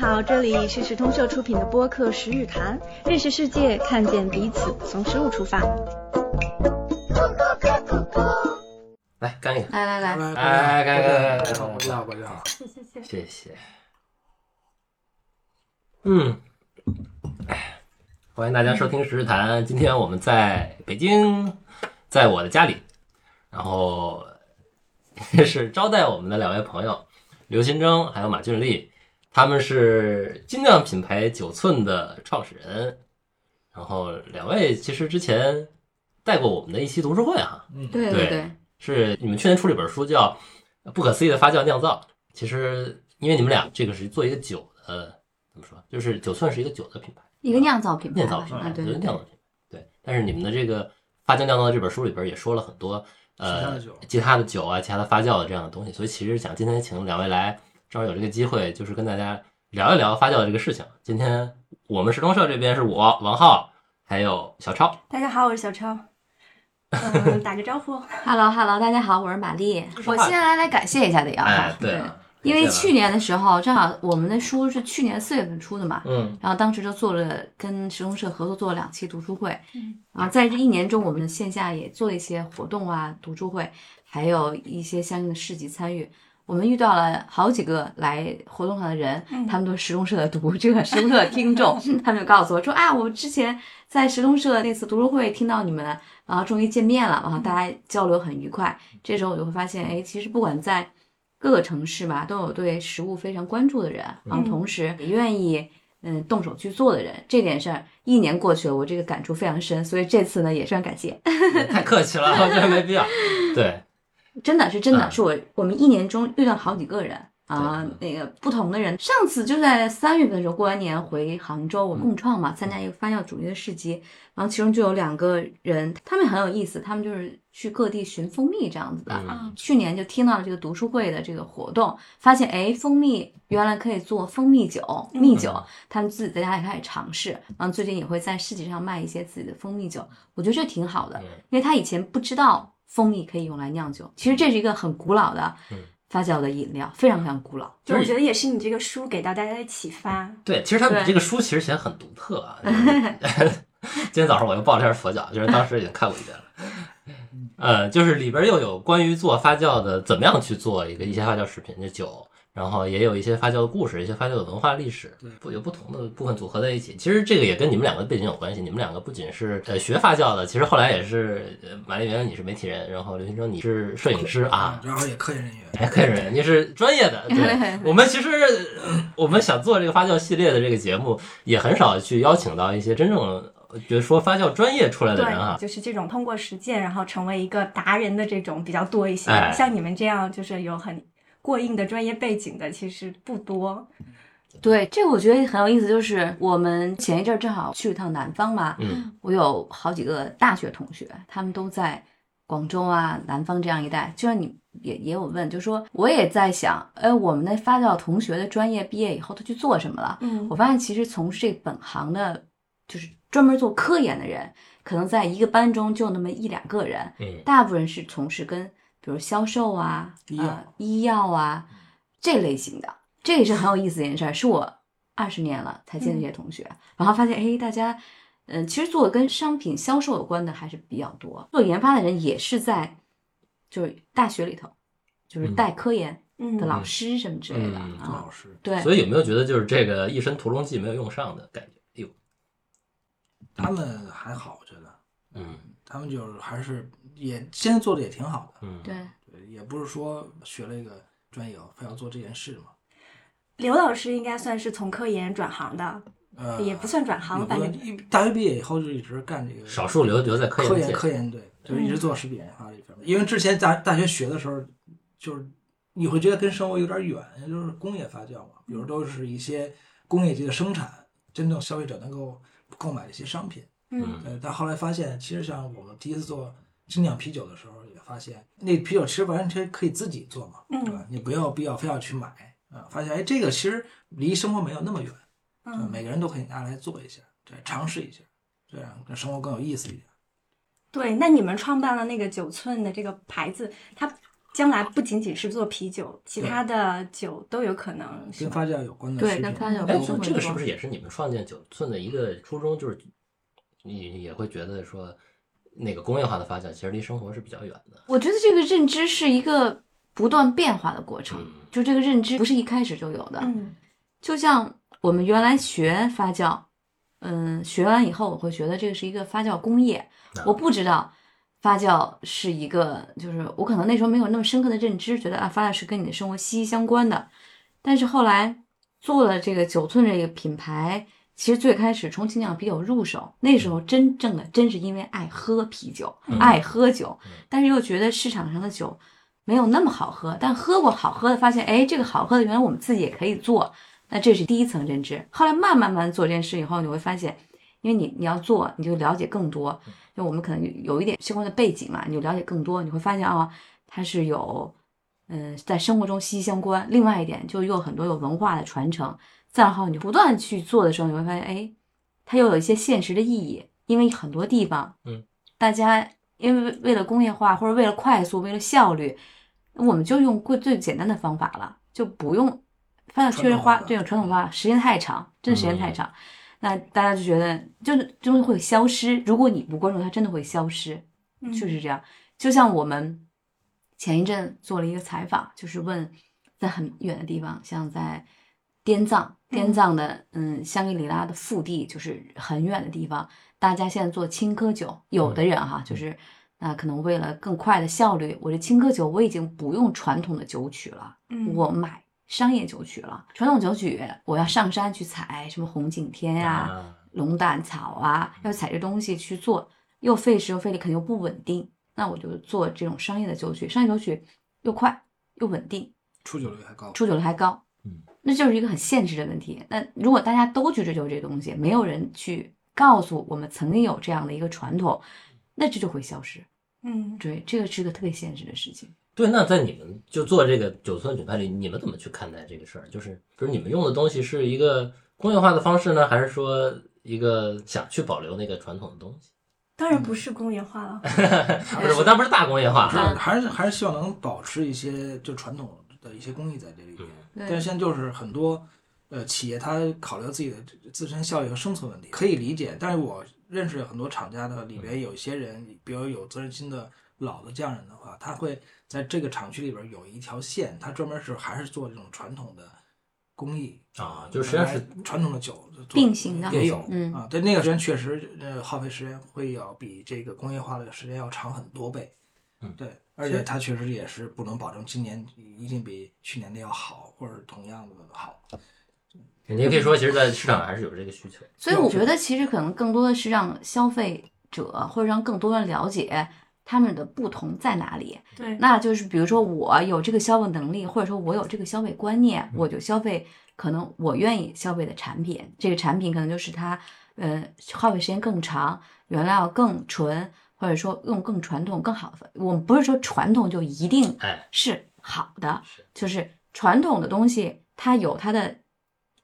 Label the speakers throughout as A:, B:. A: 好，这里是时通社出品的播客《时日谈》，认识世界，看见彼此，从食物出发。
B: 来干一个，
C: 来来来，
D: 来
B: 哎该该该该
D: 我知道，我知道。
B: 谢谢。嗯，哎，欢迎大家收听《时事谈》。今天我们在北京，在我的家里，然后是招待我们的两位朋友刘新征还有马俊丽，他们是精酿品牌九寸的创始人。然后两位其实之前带过我们的一期读书会啊哈、
C: 对
B: 嗯对
C: 对，
B: 是你们去年出了一本书叫《不可思议的发酵酿造》。其实，因为你们俩这个是做一个酒的，怎么说，就是九寸是一个酒的品牌，
C: 一个酿造品牌
B: 酿
C: 吧，
B: 造品牌，
C: 啊，对
B: 酒的
C: 对
B: 酿
C: 对
B: 造，品牌。对，但是你们的这个发酵酿造这本书里边也说了很多
D: 其他
B: 呃
D: 的酒
B: 其他的酒啊、其他的发酵的这样的东西，所以其实想今天请两位来，正好有这个机会，就是跟大家聊一聊发酵的这个事情。今天我们时装社这边是我王浩还有小超，
E: 大家好，我是小 超。嗯，打个招呼。
C: Hello Hello，大家好，我是玛丽。
B: 说
C: 我
B: 话
C: 先来来感谢一下得要
B: 哎
C: 哈，，
B: 对啊，
C: 因为
B: 感谢
C: 去
B: 了
C: 年的时候，正好我们的书是去年四月份出的嘛，
B: 嗯
C: 然后当时就做了跟时钟社合作做了两期读书会，然后在这一年中，我们线下也做一些活动啊、读书会，还有一些相应的市集参与。我们遇到了好几个来活动上的人，他们都是时钟社的读者、 时钟社的听众，他们就告诉我说啊，我之前在时钟社那次读书会听到你们了，然后终于见面了，然后大家交流很愉快。这时候我就会发现，哎，其实不管在各个城市吧，都有对食物非常关注的人，然
B: 嗯
C: 后同时也愿意嗯动手去做的人，这点上一年过去了，我这个感触非常深，所以这次呢也非常感谢，
B: 太客气了，我觉得没必要。对，
C: 真的是真的、
B: 嗯
C: 是我我们一年中遇到好几个人啊，那个不同的人。上次就在三月份的时候，过完年回杭州，
B: 嗯
C: 我共创嘛，参加一个发酵主义的市集，然后其中就有两个人，他们很有意思，他们就是去各地寻蜂蜜这样子的。
B: 嗯，
C: 去年就听到了这个读书会的这个活动，发现哎，蜂蜜原来可以做蜂蜜酒、
B: 嗯
C: 蜜酒，他们自己在家也开始尝试，然后最近也会在市集上卖一些自己的蜂蜜酒，我觉得这挺好的
B: 嗯，
C: 因为他以前不知道蜂蜜可以用来酿酒，其实这是一个很古老的
B: 嗯
C: 发酵的饮料，非常非常古老。
B: 就是
E: 我觉得也是你这个书给到大家的启发。
B: 对，其实他们
C: 对
B: 这个书其实写得很独特啊。就是 今天早上我又抱了一下佛脚，就是当时已经看过一遍了。呃，就是里边又有关于做发酵的，怎么样去做一个一些发酵食品的酒，然后也有一些发酵的故事，一些发酵的文化历史，不有不同的部分组合在一起。其实这个也跟你们两个背景有关系，你们两个不仅是呃学发酵的，其实后来也是呃马丽原来你是媒体人，然后刘新征你是摄影师啊，
D: 然后也科研人员，
B: 哎，客人，你是专业的。 对，我们其实呃我们想做这个发酵系列的这个节目，也很少去邀请到一些真正呃觉得说发酵专业出来的人啊。
E: 就是这种通过实践，然后成为一个达人的这种比较多一些。
B: 哎
E: 像你们这样就是有很过硬的专业背景的，其实不多。
C: 对，这个我觉得很有意思，就是我们前一阵儿正好去了趟南方嘛，
B: 嗯，
C: 我有好几个大学同学，他们都在广州啊、南方这样一带。就像你也也有问，就说我也在想，哎，我们的发酵同学的专业毕业以后他去做什么了？
E: 嗯
C: 我发现其实从事这本行的，就是专门做科研的人，可能在一个班中就那么一两个人，
B: 嗯
C: 大部分是从事跟比如销售啊、
D: 医
C: 呃
D: 药
C: 医药啊这类型的，这也是很有意思的一件事儿，是我二十年了才见的这些同学，然后发现哎，大家嗯、呃其实做跟商品销售有关的还是比较多，做研发的人也是在就是大学里头，就是
B: 嗯
C: 带科研
E: 嗯
C: 的老师什么之类的、
B: 嗯
C: 啊
D: 老，师，
C: 对，
B: 所以有没有觉得就是这个一身屠龙记没有用上的感觉？哎呦，
D: 他们还好，我觉得
B: 嗯
D: 他们就是还是也现在做的也挺好的，
B: 嗯，
C: 对。
D: 对，也不是说学了一个专业非要做这件事嘛，
E: 刘老师应该算是从科研转行的，
D: 呃，
E: 也不算转行，
B: 嗯
D: 也
E: 反
D: 不
E: 正
D: 一大学毕业以后就一直干这个
B: 少数留留在科
D: 科
B: 研
D: 研
B: 界。
D: 科研对，就是一直做食品研发这方面，因为之前大大学学的时候，就是你会觉得跟生活有点远，就是工业发酵嘛，比如都是一些工业级的生产，真正消费者能够购买的一些商品。
E: 嗯
D: 呃，但后来发现，其实像我们第一次做精酿啤酒的时候，也发现那啤酒其实完全可以自己做嘛，对吧？你不要必要非要去买啊、发现哎，这个其实离生活没有那么远，啊
E: 嗯，
D: 每个人都可以拿来做一下，对，尝试一下，这样让生活更有意思一点。
E: 对。那你们创办了那个九寸的这个牌子，它将来不仅仅是做啤酒，其他的酒都有可能是
D: 跟发酵有关的
C: 对
D: 食品。
C: 跟发酵有
B: 哎
C: 关，
B: 这个是不是
C: 也？
B: 也是你们创建九寸的一个初衷？就是你也会觉得说，那个工业化的发酵其实离生活是比较远的。
C: 我觉得这个认知是一个不断变化的过程，就这个认知不是一开始就有的。
E: 嗯
C: 就像我们原来学发酵，嗯，学完以后我会觉得这个是一个发酵工业，
B: 啊
C: 我不知道发酵是一个，就是我可能那时候没有那么深刻的认知，觉得啊发酵是跟你的生活息息相关的。但是后来做了这个九寸这个品牌，其实最开始从精酿啤酒入手，那时候真正的真是因为爱喝啤酒，
B: 嗯
C: 爱喝酒
B: 嗯，
C: 但是又觉得市场上的酒没有那么好喝，但喝过好喝的，发现哎，这个好喝的原来我们自己也可以做，那这是第一层认知。后来慢慢慢做这件事以后，你会发现，因为你你要做，你就了解更多，就我们可能有一点相关的背景嘛，你就了解更多，你会发现啊，它是有。嗯，在生活中息息相关。另外一点，就又有很多有文化的传承。再然后，你不断去做的时候，你会发现，哎，它又有一些现实的意义，因为很多地方，
B: 嗯，
C: 大家因为为为了工业化或者为了快速、为了效率，我们就用最最简单的方法了，就不用发酵确实花
D: 传统方法
C: 这种传统方法时间太长，真的时间太长。那大家就觉得，就是真的会消失。如果你不关注它，真的会消失。
E: 嗯，
C: 就是这样。就像我们前一阵做了一个采访，就是问在很远的地方，像在滇藏，滇藏的嗯香格里拉的腹地，就是很远的地方，大家现在做青稞酒，有的人哈、就是。那可能为了更快的效率，我这青稞酒我已经不用传统的酒曲了，
E: 嗯
C: 我买商业酒曲了。传统酒曲我要上山去采，什么红景天呀、
B: 啊，
C: 龙胆草啊，要采这东西去做，又费时又费力，肯定又不稳定。那我就做这种商业的酒曲，商业酒曲又快又稳定，
D: 出酒率还高。
C: 出酒率还高。
B: 嗯，
C: 那就是一个很现实的问题。那如果大家都去追求这东西，没有人去告诉我们曾经有这样的一个传统，那这就会消失。
E: 嗯
C: 对，这个是个特别现实的事情。
B: 对。那在你们就做这个九寸品牌里，你们怎么去看待这个事儿？就是，比如你们用的东西是一个工业化的方式呢，还是说一个想去保留那个传统的东西？啊
E: 当然不是工业化
C: 嗯
E: 了，
B: 不是，我当然不是大工业化
D: 是
B: 啊。
D: 还是还是希望能保持一些就传统的一些工艺在这里面，
C: 对
D: 但是现在就是很多呃企业它考虑到自己的自身效益和生存问题，可以理解。但是我认识很多厂家的里
B: 嗯
D: 边有一些人，比如有责任心的老的匠人的话，他会在这个厂区里边有一条线，他专门是还是做这种传统的工艺
B: 啊就实际上是
D: 来传统的酒做
C: 并行的
D: 也有，
C: 嗯
D: 啊，对，那个时间确实呃耗费时间会要比这个工业化的时间要长很多倍，
B: 嗯
D: 对，而且它确实也是不能保证今年一定比去年的要好，或者同样的好，
B: 你也可以说，其实，在市场上还是有这个需求。
C: 所以我觉得，其实可能更多的是让消费者或者让更多人了解他们的不同在哪里。
E: 对，
C: 那就是比如说我有这个消费能力，或者说我有这个消费观念，我就消费可能我愿意消费的产品。这个产品可能就是它，呃，耗费时间更长，原料更纯，或者说用更传统、更好的。我们不是说传统就一定
B: 哎，
C: 是好的，
B: 是
C: 就是传统的东西它有它的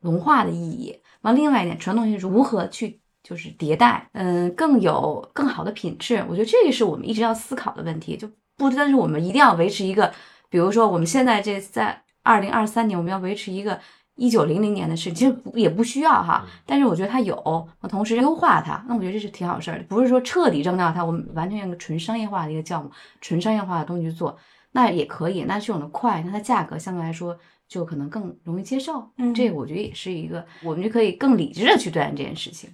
C: 文化的意义。完，另外一点，传统是如何去就是迭代，嗯，更有更好的品质。我觉得这个是我们一直要思考的问题，就不单是我们一定要维持一个，比如说我们现在这在二零二三年，我们要维持一个。一九零零年的事，其实不也不需要哈，但是我觉得它有，我同时优化它，那我觉得这是挺好事儿的，不是说彻底扔掉它，我们完全用一个纯商业化的一个酵母、纯商业化的东西去做，那也可以，那这种的快，那它价格相对来说就可能更容易接受。
E: 嗯
C: 这个我觉得也是一个，我们就可以更理智的去对待这件事情。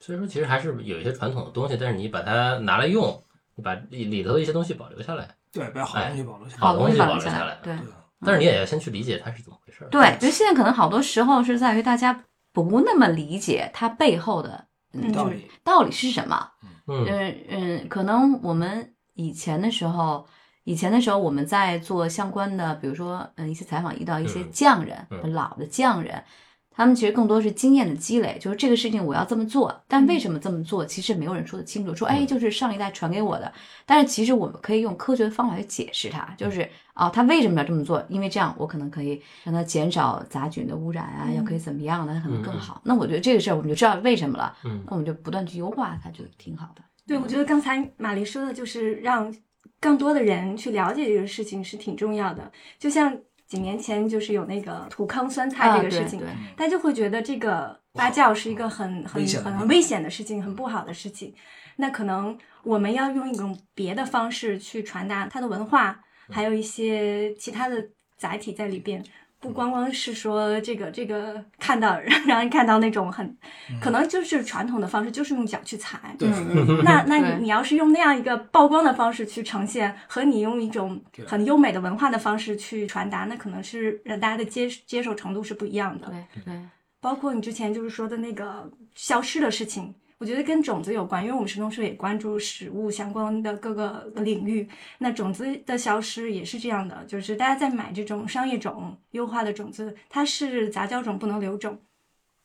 B: 所以说其实还是有一些传统的东西，但是你把它拿来用，你把里里头的一些东西保留下来，
D: 对，不要好东西保留下来，
B: 好
C: 东
B: 东西
C: 保
B: 保
C: 留
B: 留下
C: 来
B: 来，
C: 对
D: 对。
B: 但是你也要先去理解它是怎么回事儿。
C: 对，就现在可能好多时候是在于大家不那么理解它背后的嗯
E: 嗯
D: 道理
C: 道理是什么。
B: 嗯，
C: 嗯嗯，可能我们以前的时候，以前的时候我们在做相关的，比如说嗯一些采访，遇到一些
B: 嗯
C: 匠人，
B: 嗯
C: 老的匠人，他们其实更多是经验的积累，就是这个事情我要这么做，但为什么这么做，其实没有人说得清楚，说哎
B: 嗯
C: 就是上一代传给我的，但是其实我们可以用科学的方法去解释它，
B: 嗯
C: 就是啊他为什么要这么做，因为这样我可能可以让它减少杂菌的污染啊，要可以怎么样的，它可能更
B: 嗯嗯
C: 好。那我觉得这个事儿我们就知道为什么了，
B: 嗯
C: 那我们就不断去优化它，就挺好的。
E: 对，我觉得刚才马丽说的就是让更多的人去了解这个事情是挺重要的。就像几年前就是有那个土坑酸菜这个事情，
C: 啊、
E: 大家就会觉得这个发酵是一个很很
D: 啊危险的
E: 很很危险的事情，很不好的事情。那可能我们要用一种别的方式去传达它的文化，还有一些其他的载体在里边。不
D: 嗯
E: 光光是说这个这个看到 让让人看到那种很，可能就是传统的方式，就是用脚去踩。
D: 嗯对，
C: 嗯
E: 那那
C: 对
E: 你你要是用那样一个曝光的方式去呈现，和你用一种
D: 对
E: 很优美的文化的方式去传达，那可能是让大家的接接受程度是不一样的。
C: 对对
E: 包括你之前就是说的那个消失的事情，我觉得跟种子有关，因为我们神农氏也关注食物相关的各个领域。那种子的消失也是这样的，就是大家在买这种商业种优化的种子，它是杂交种，不能留种。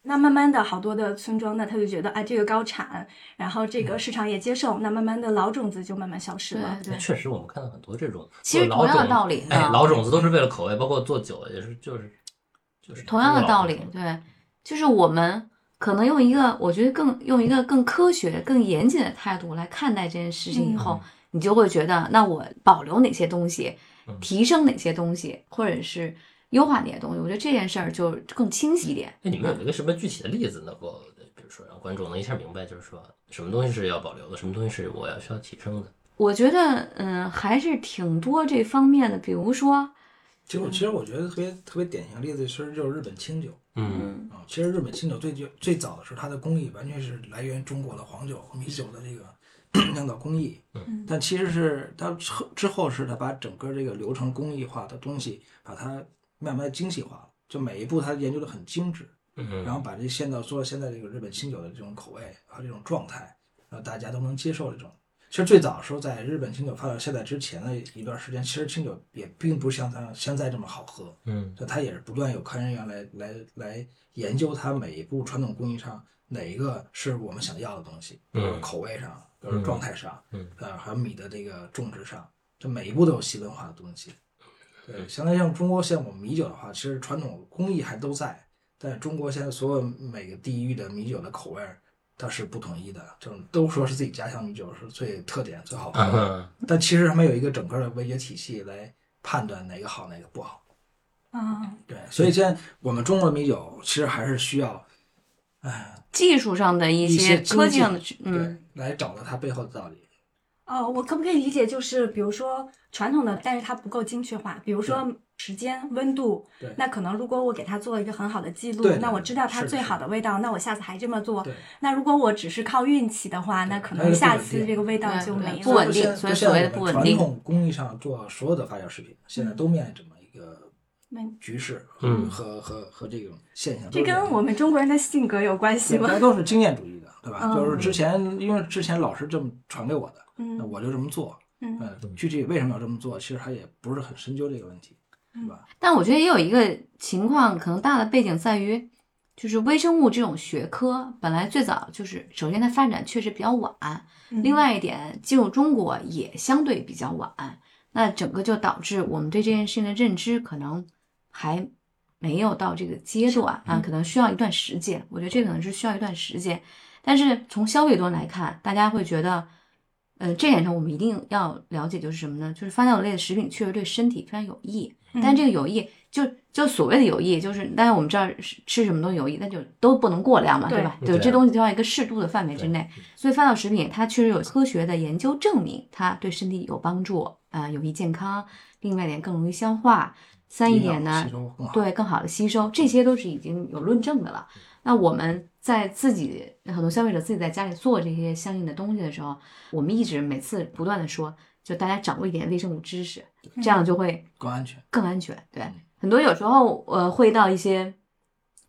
E: 那慢慢的好多的村庄呢，他就觉得啊，这个高产，然后这个市场也接受，那慢慢的老种子就慢慢消失了
C: 对。对，
B: 确实，我们看到很多这种，
C: 其实
B: 做老
C: 同样的
B: 种
C: 道理
B: 哎，
C: 啊
B: 老种子都是为了口味，包括做酒也是，就是就是
C: 同样的道
B: 老
C: 理
B: 种，子
C: 对，就是我们可能用一个我觉得更用一个更科学、更严谨的态度来看待这件事情以
E: 嗯
C: 后，你就会觉得，那我保留哪些东西
B: 嗯，
C: 提升哪些东西，或者是优化哪些东西，我觉得这件事儿就更清晰一点。
B: 哎，你们有一个什么具体的例子能够，比如说让观众能一下明白，就是说什么东西是要保留的，什么东西是我要需要提升的？
C: 我觉得，嗯，还是挺多这方面的，比如说，
D: 其实我其实我觉得特别特别典型的例子，其实就是日本清酒
B: 嗯
C: 嗯，
D: 啊。其实日本清酒最最最早的时候，它的工艺完全是来源于中国的黄酒和米酒的这个 酿造工艺。
E: 嗯
D: 但其实是它之后之后是它把整个这个流程工艺化的东西，把它慢慢地精细化了，就每一步它研究的很精致。
B: 嗯，
D: 然后把这现到做现在这个日本清酒的这种口味和这种状态，然后大家都能接受这种。其实最早的时候，在日本清酒发展现在之前的一段时间，其实清酒也并不像它现在这么好喝，
B: 嗯
D: 就它也是不断有科研人员来来来研究它每一步传统工艺上哪一个是我们想要的东西，比如说
B: 嗯
D: 口味上，比如说状态上，
B: 嗯
D: 呃，还有米的这个种植上，这每一步都有细分化的东西。
B: 嗯
D: 对，相当于像中国像我们米酒的话，其实传统工艺还都在，但是中国现在所有每个地域的米酒的口味儿它是不统一的，就是都说是自己家乡米酒是最特点最好喝
B: 嗯
D: 的，
B: 哼
D: 但其实他们有一个整个的味觉体系来判断哪个好哪个不好。
E: 啊，
D: 对，所以现在我们中国的米酒其实还是需要，哎，
C: 技术上的一
D: 一些
C: 些
D: 精
C: 科技
D: 进
C: 上的，嗯，
D: 对，来找到它背后的道理。
E: 哦，我可不可以理解就是，比如说传统的，但是它不够精确化，比如说时间、温度
D: 对，
E: 那可能如果我给它做一个很好的记录
D: 对对，
E: 那我知道
D: 是
E: 它
D: 的
E: 最
D: 是的
E: 好的味道，那我下次还这么做。
D: 对。
C: 哦
E: 那如果我只是靠运气的话，那可能
D: 它就不
E: 下
D: 稳
E: 次
D: 定
E: 这个味道
C: 对
E: 就
C: 对
E: 没
C: 不
E: 了
C: 稳。定
D: 就像
C: 所以
D: 就像
C: 所谓的
D: 我们
C: 不稳定嗯
D: 传统工艺上做所有的发酵食品，现在都面临这么一个
E: 嗯
D: 局势，
B: 嗯
D: 和和和这种现象。
E: 这跟我们中国人的性格有关系
D: 对
E: 吗
D: 大家？都是经验主义的，对吧？
E: 嗯
D: 就是之前因为之前老师这么传给我的，那
E: 嗯
D: 我就这么做。
E: 嗯
D: 嗯，具体为什么要这么做，其实他也不是很深究这个问题，对吧？
C: 但我觉得也有一个情况，可能大的背景在于，就是微生物这种学科本来最早就是，首先它发展确实比较晚，
E: 嗯，
C: 另外一点进入中国也相对比较晚，那整个就导致我们对这件事情的认知可能还没有到这个阶段
E: 嗯
C: 啊，可能需要一段时间。我觉得这可能是需要一段时间，但是从消费端来看，大家会觉得。呃，这点上我们一定要了解，就是什么呢？就是发酵类的食品确实对身体非常有益，
E: 嗯
C: 但这个有益，就就所谓的有益，就是当然我们知道是吃什么东西有益，那就都不能过量嘛，
E: 对
C: 吧？
B: 对
C: 对，这东西都要一个适度的范围之
B: 对
C: 内。所以发酵食品它确实有科学的研究证明，它对身体有帮助，啊，有益健康。另外一点更容易消化，三一
D: 营养
C: 点呢
D: 吸，收更好。
C: 对更好的吸收，这些都是已经有论证的了。那我们在自己很多消费者自己在家里做这些相应的东西的时候，我们一直每次不断的说，就大家掌握一点微生物知识，这样就会
D: 更安全。
C: 更安全。对，很多有时候呃会到一些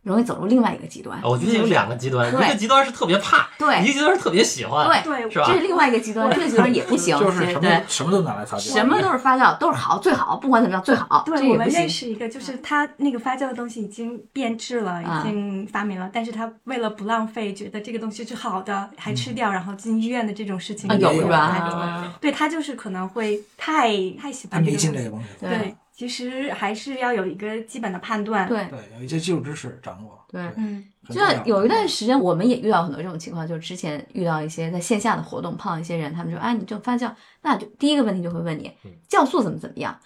C: 容易走入另外一个极端
B: 啊，，我觉得有两个极端，
C: 对
B: 一个极端是特别怕，
C: 对
B: 一个极端是特别喜欢，
C: 对
E: 对
B: 是吧
C: 这是另外一个极端，这个极端也不行，
D: 就是
C: 对
D: 什
C: 对
D: 么什么都拿来发酵，
C: 什么都是发酵，都是好，最好，不管怎么样最好。这
E: 对
C: 也
E: 我
C: 不
E: 们
C: 行嗯
E: 认识一个，就是他那个发酵的东西已经变质了，
C: 啊
E: 已经发明了，但是他为了不浪费，觉得这个东西是好的，还
D: 嗯
E: 吃掉，然后进医院的这种事情
C: 啊，
E: 也
C: 有
D: 也
C: 是
D: 有
E: 太多
D: 这
E: 了
C: 吧？
E: 对他就是可能会太太喜
D: 他
E: 欢
D: 迷信这
E: 东西
D: 个东西。
C: 对
E: 对，其实还是要有一个基本的判断。，
C: 对
D: 对，有一些基础知识掌握，
C: 对
E: 嗯，
C: 就
D: 很重要
C: 像有一段时间，我们也遇到很多这种情况，就是之前遇到一些在线下的活动碰到一些人，他们说：“哎，你就发酵，那就第一个问题就会问你
D: 嗯
C: 酵素怎么怎么 样。”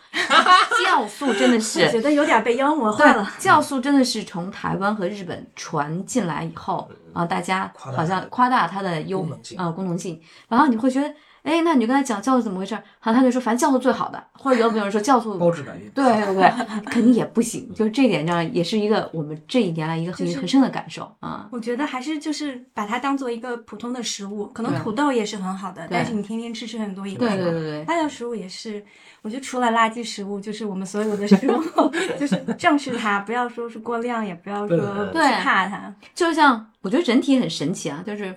C: 酵素真的
E: 我觉
C: 是，
E: 得有点被妖魔化
C: 对
E: 了。，
C: 酵素真的是从台湾和日本传进来以后啊，大家
D: 嗯夸大
C: 好像夸大它的优
D: 功能性
C: 呃功能性，然后你会觉得，哎，那你就跟他讲酵素怎么回事儿，好，他就说反正酵素最好的，或者有没有人说酵素
D: 高质感饮品
C: 对对对，肯定也不
D: 嗯
C: 行。就这点上，也是一个我们这一年来一个很、
E: 就是
C: 很深的感受啊。
E: 我觉得还是就是把它当做一个普通的食物，可能
C: 对
E: 土豆也是很好的，但是你天天吃吃很多也不
C: 对
E: 好
C: 对对对
E: 垃圾食物也是，我觉得除了垃圾食物，就是我们所有的食物， 就是正视它，不要说是过量，也不要说
B: 对对对
E: 惧
C: 对
E: 怕它。
C: 就像我觉得人体很神奇啊，就是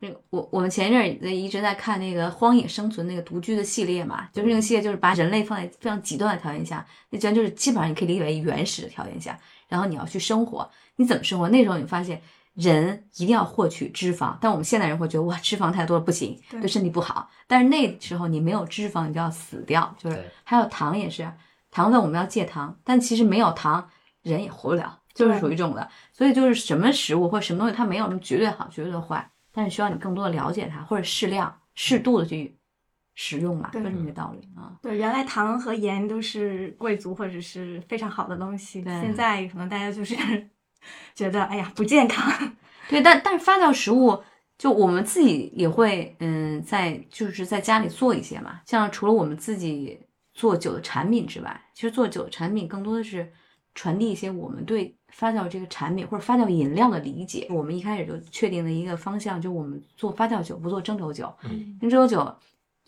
C: 那个我我们前一阵儿一直在看那个《荒野生存》那个独居的系列嘛，就是那个系列就是把人类放在非常极端的条件下，那真就是基本上你可以理解为原始的条件下，然后你要去生活，你怎么生活？那时候你发现。人一定要获取脂肪，但我们现代人会觉得哇，脂肪太多了不行，
E: 对
C: 对身体不好。但是那时候你没有脂肪，你就要死掉，就是
B: 对
C: 还有糖也是，糖分我们要戒糖，但其实没有糖人也活不了，就是
E: 对
C: 属于这种的。所以就是什么食物或什么东西，它没有什么绝对好、绝对的坏，但是需要你更多的了解它，或者适量、适度的去食用嘛，就
E: 对
C: 是这么个道理啊。
E: 对，原来糖和盐都是贵族或者是非常好的东西，
C: 对
E: 现在可能大家就是 觉得哎呀不健康。
C: 对，但但是发酵食物，就我们自己也会，嗯，在就是在家里做一些嘛。像除了我们自己做酒的产品之外，其实做酒的产品更多的是传递一些我们对发酵这个产品或者发酵饮料的理解。我们一开始就确定的一个方向，就我们做发酵酒，不做蒸馏酒。
B: 嗯
C: 蒸馏酒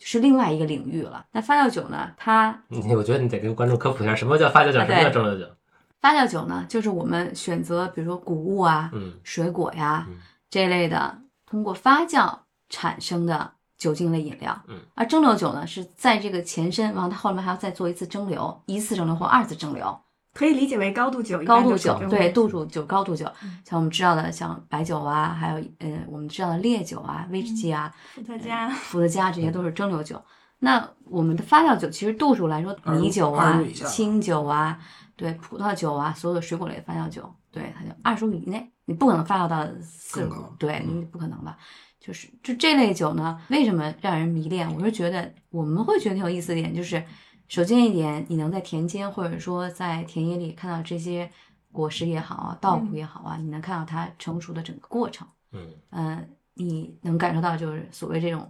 C: 是另外一个领域了。那发酵酒呢，它
B: 你我觉得你得给观众科普一下，什么叫发酵酒，
C: 嗯啊
B: 什
C: 对
B: 么叫蒸馏酒？
C: 发酵酒呢，就是我们选择比如说谷物啊、
B: 嗯
C: 水果呀、
B: 嗯
C: 这类的，通过发酵产生的酒精类饮料。
B: 嗯，
C: 而蒸馏酒呢，是在这个前身，然后它后面还要再做一次蒸馏，一次蒸馏或二次蒸馏。
E: 可以理解为高度酒，一
C: 高
E: 般
C: 度
E: 就是
C: 酒
E: 这，种嗯
C: 对，
E: 东
C: 度数酒、高度酒，像我们知道的，像白酒啊，还有呃，我们知道的烈酒啊、威士忌啊、
E: 西伏特加，
C: 伏特加，这些都是蒸馏酒。那我们的发酵酒其实度数来说，
D: 二十五
C: 米酒啊
D: 二十五以、下
C: 清酒啊，对，葡萄酒啊，所有的水果类的发酵酒，对，它就二十五以内，你不可能发酵到四十
D: 更
C: 五
D: 高，
C: 对，
B: 嗯
C: 你不可能的。就是就这类酒呢，为什么让人迷恋？我是觉得我们会觉得挺有意思的点，就是首先一点，你能在田间或者说在田野里看到这些果实也好啊，稻谷也好啊，你能看到它成熟的整个过程。
B: 嗯，
C: 嗯，你能感受到就是所谓这种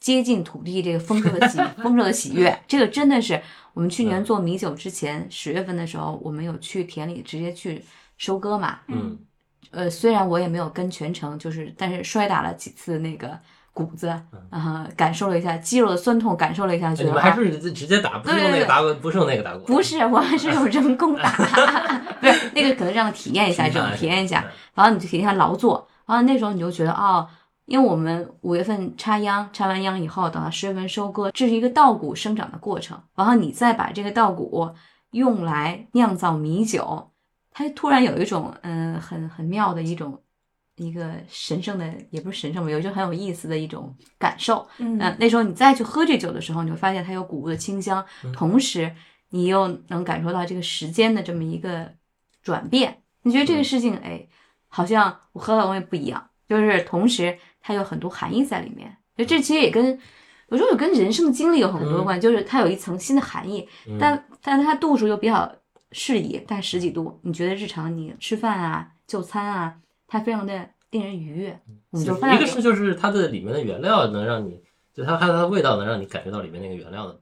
C: 接近土地这个丰收的喜 丰收的喜悦，这个真的是我们去
B: 嗯
C: 年做米酒之前十月份的时候，我们有去田里直接去收割嘛。
B: 嗯，
C: 呃，虽然我也没有跟全程，就是但是摔打了几次那个谷子，啊、感受了一下肌肉的酸痛，感受了一下，
B: 嗯哎
C: 觉
B: 你
C: 得
B: 们还
C: 啊
B: 是直接打，不是
C: 对
B: 用那
C: 对
B: 个
C: 对
B: 打滚，不是用那个打滚，
C: 不是，我们是用 人工打， 不是那个可能让体验一下，
B: 啊
C: 这种
B: 嗯
C: 体验一下。，然后你就体验下劳作，然后那时候你就觉得哦，因为我们五月份插秧，插完秧以后，等到十月份收割，这是一个稻谷生长的过程，然后你再把这个稻谷用来酿造米酒，它突然有一种嗯、呃很很妙的一种。一个神圣的，也不是神圣吧，有一种很有意思的一种感受。
E: 嗯
C: 嗯，那时候你再去喝这酒的时候，你会发现它有谷物的清香，
B: 嗯
C: 同时你又能感受到这个时间的这么一个转变。你觉得
B: 嗯
C: 这个事情，哎，好像我喝的东西不一样，就是同时它有很多含义在里面。就这其实也跟有时候也跟人生的经历有很多关系，就是它有一层新的含义，
B: 嗯
C: 但但它度数又比较适宜，大概十几度。你觉得日常你吃饭啊、就餐啊，它非常的令人愉悦。我们就发
B: 一
C: 现
B: 个嗯是就是它的里面的原料能让你，就它它它的味道能让你感觉到里面那个原料的，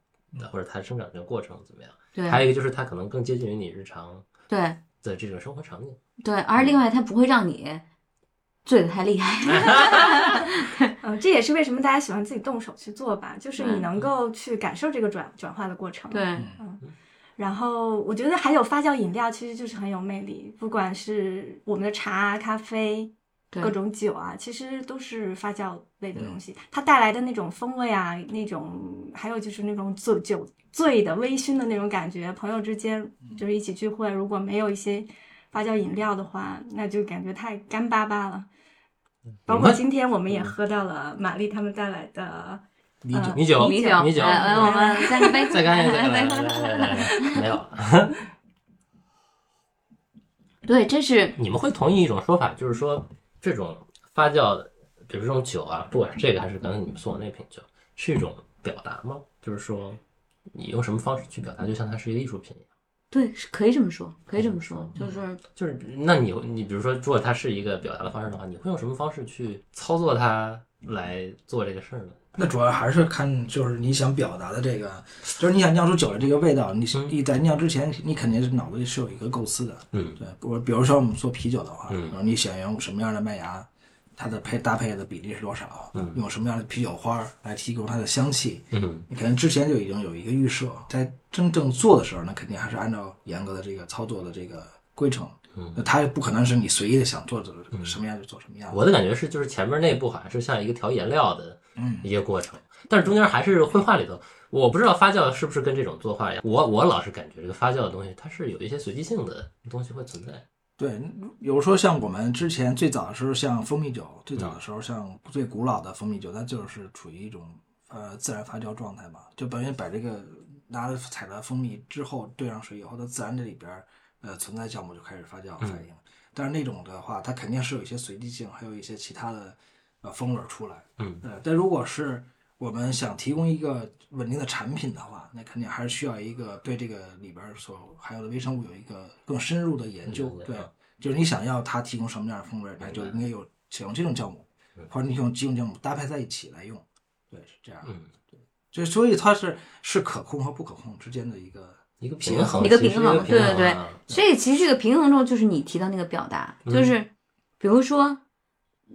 B: 或者它生长这个过程怎么样。
C: 对
B: 还有一个就是它可能更接近于你日常
C: 对。
B: 的这种生活场景。
C: 对，而
B: 嗯
C: 另外它不会让你醉得太厉害。
E: 嗯，这也是为什么大家喜欢自己动手去做吧，就是你
C: 嗯
E: 能够去感受这个转转化的过程。
C: 对，
B: 嗯
E: 然后我觉得还有发酵饮料，其实就是很有魅力，不管是我们的茶啊、咖啡、
C: 对嗯
E: 各种酒啊，其实都是发酵类的东西，它带来的那种风味啊，那种还有就是那种酒酒醉的微醺的那种感觉。朋友之间
C: 嗯
E: 就是一起聚会，如果没有一些发酵饮料的话，那就感觉太干巴巴了。
C: 嗯
E: 包括今天我们也喝到了玛丽他们带来的
D: 理解
B: 米酒，
C: 米
B: 酒，米
C: 哎来，来我们再干一杯，
B: 再干一杯，再
C: 来
B: 干一杯，来来来来来没有了。
C: 对，这是
B: 你们会同意一种说法，就是说这种发酵的，比如这种酒啊，不管是这个还是刚才你们送我那瓶酒，是一种表达吗？就是说你用什么方式去表达，就像它是一个艺术品一样。
C: 对，是可以这么说，可以这么说，
B: 嗯
C: 就是
B: 就是那你你比如说，如果它是一个表达的方式的话，你会用什么方式去操作它来做这个事儿呢？
D: 那主要还是看，就是你想表达的这个，就是你想酿出酒的这个味道，你
B: 嗯
D: 你在酿之前，你肯定是脑子里是有一个构思的。
B: 嗯
D: 对，我比如说我们做啤酒的话，
B: 嗯
D: 然后你想用什么样的麦芽，它的配搭配的比例是多少，
B: 嗯
D: 用什么样的啤酒花儿来提供它的香气，
B: 嗯
D: 你可能之前就已经有一个预设，在真正做的时候呢，肯定还是按照严格的这个操作的这个规程。
B: 嗯
D: 那它也不可能是你随意的想做什么样就做什么样。
B: 我的感觉是，就是前面那步好像是像一个调颜料的
D: 嗯
B: 一个过程，但是中间还是绘画里头，我不知道发酵是不是跟这种作画一样，我我老是感觉这个发酵的东西，它是有一些随机性的东西会存在。
D: 对，比如说像我们之前最早的时候，像蜂蜜酒，最早的时候像最古老的蜂蜜酒，它就是处于一种呃自然发酵状态嘛，就等于把这个拿了采了蜂蜜之后兑上水以后，它自然这里边儿呃存在酵母就开始发酵
B: 嗯
D: 反应。但是那种的话，它肯定是有一些随机性，还有一些其他的呃风味儿出来。
B: 嗯
D: 呃，但如果是我们想提供一个稳定的产品的话，那肯定还是需要一个对这个里边儿所含有的微生物有一个更深入的研究
B: 嗯。
D: 对，就是你想要它提供什么样的风味儿，那就应该有使用这种酵母，或者你用几种酵母搭配在一起来用。对，是这样。
B: 嗯，
D: 就所以它是是可控和不可控之间的一个
B: 一个平衡，
C: 一个
B: 其实
C: 平衡
B: 一个
C: 对对对
B: 啊
C: 所以其实这个平衡中就是你提到那个表达，
B: 嗯
C: 就是比如说，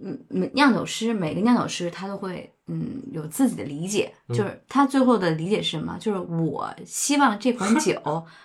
C: 嗯，嗯酿酒师每个酿酒师他都会嗯有自己的理解，
B: 嗯
C: 就是他最后的理解是什么？就是我希望这款酒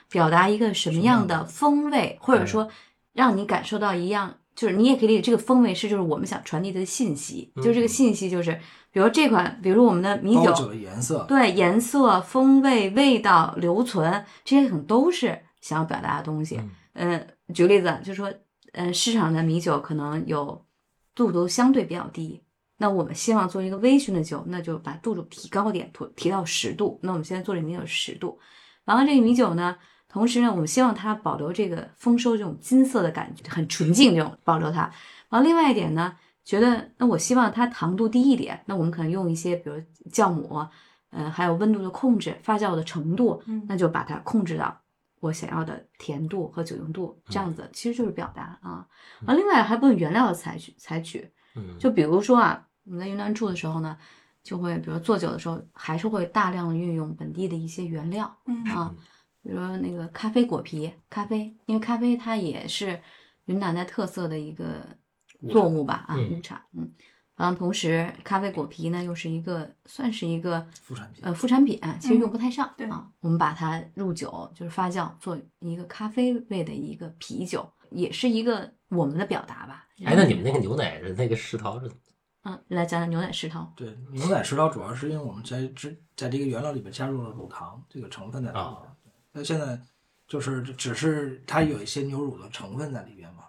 C: 表达一个什么样的风味，或者说让你感受到一样。就是你也可以理解这个风味是就是我们想传递的信息，
B: 嗯
C: 就是这个信息就是，比如这款，比如我们的米
D: 包
C: 酒，
D: 酒的颜色。
C: 对颜色、风味、味道、留存这些，可能都是想要表达的东西。嗯、举个例子，就说，呃，市场的米酒可能有度数相对比较低，那我们希望做一个微醺的酒，那就把度数提高点，提提到十度。那我们现在做这米酒十度，然后这个米酒呢，同时呢，我们希望它保留这个丰收这种金色的感觉，很纯净这种保留它。然后另外一点呢，觉得那我希望它糖度低一点，那我们可能用一些比如酵母，呃，还有温度的控制、发酵的程度，
E: 嗯
C: 那就把它控制到我想要的甜度和酒精度，这样子其实就是表达啊。完，另外还不论原料的采取采取，
B: 嗯，
C: 就比如说啊，我们在云南住的时候呢，就会比如做酒的时候，还是会大量的运用本地的一些原料，
E: 嗯
C: 啊，比如说那个咖啡果皮，咖啡，因为咖啡它也是云南的特色的一个作物吧，啊，
B: 嗯
C: 物产，嗯，然后同时咖啡果皮呢又是一个算是一个
D: 副产品
C: 呃副产品，其实用
E: 嗯
C: 不太上、
E: 对
C: 啊，我们把它入酒就是发酵做一个咖啡味的一个啤酒，也是一个我们的表达吧。
B: 哎，那你们那个牛奶的那个世桃是怎么？
C: 嗯，来讲讲牛奶食堂，
D: 对，牛奶石膏主要是因为我们在之在这个原料里面加入了乳糖这个成分在里面。
B: 啊
D: 那现在就是只是它有一些牛乳的成分在里面嘛，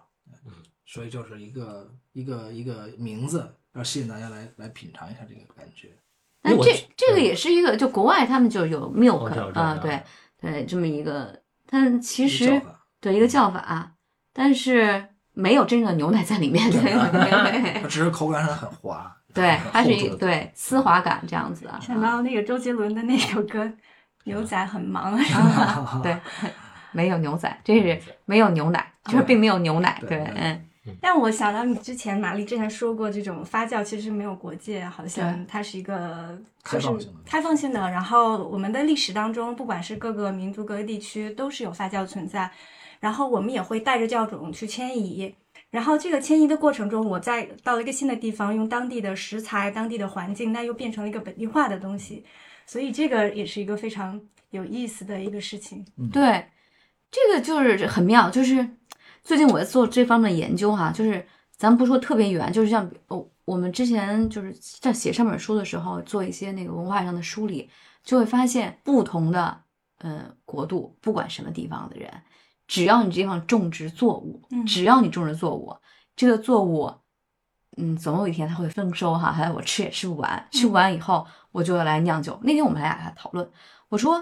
D: 嗯，所以就是一个一个一个名字，要吸引大家来来品尝一下这个感觉。
C: 但
B: 因为我
C: 这
B: 知
C: 这个
B: 嗯
C: 也是一个，就国外他们就有 milk
B: 我知道我知道
C: 啊、
B: 啊
C: 对对，这么一个，但其
D: 一个
C: 实
D: 叫法
C: 对一个叫法，啊但是没有真正的牛奶在里面，对
D: 它
C: 对
D: 只是口感上很滑，
C: 对，它是
D: 厚
C: 一
D: 度的
C: 对丝滑感这样子啊，
E: 想到那个周杰伦的那首歌《牛仔很忙》，
C: 啊 对，没有牛仔，这是没有牛奶，就是
D: 对
C: 并没有牛奶，
D: 对
C: 对，
D: 对
C: 嗯，
E: 但我想到你之前玛丽之前说过，这种发酵其实没有国界，好
C: 对
E: 像它是一个
D: 开
E: 就是
D: 放性的
E: 开放性的。然后我们的历史当中，不管是各个民族、各个地区，都是有发酵存在。然后我们也会带着酵种去迁移。然后这个迁移的过程中，我在到了一个新的地方，用当地的食材、当地的环境，那又变成了一个本地化的东西。所以这个也是一个非常有意思的一个事情。
D: 嗯
C: 对，这个就是很妙，就是最近我在做这方面的研究哈、就是咱不说特别远，就是像哦，我们之前就是在写上本书的时候，做一些那个文化上的梳理，就会发现不同的呃国度，不管什么地方的人，只要你这地方种植作物，
E: 嗯
C: 只要你种植作物，这个作物。嗯，总有一天它会丰收哈，还有我吃也吃不完，吃不完以后我就要来酿酒。那天我们还俩还讨论，我说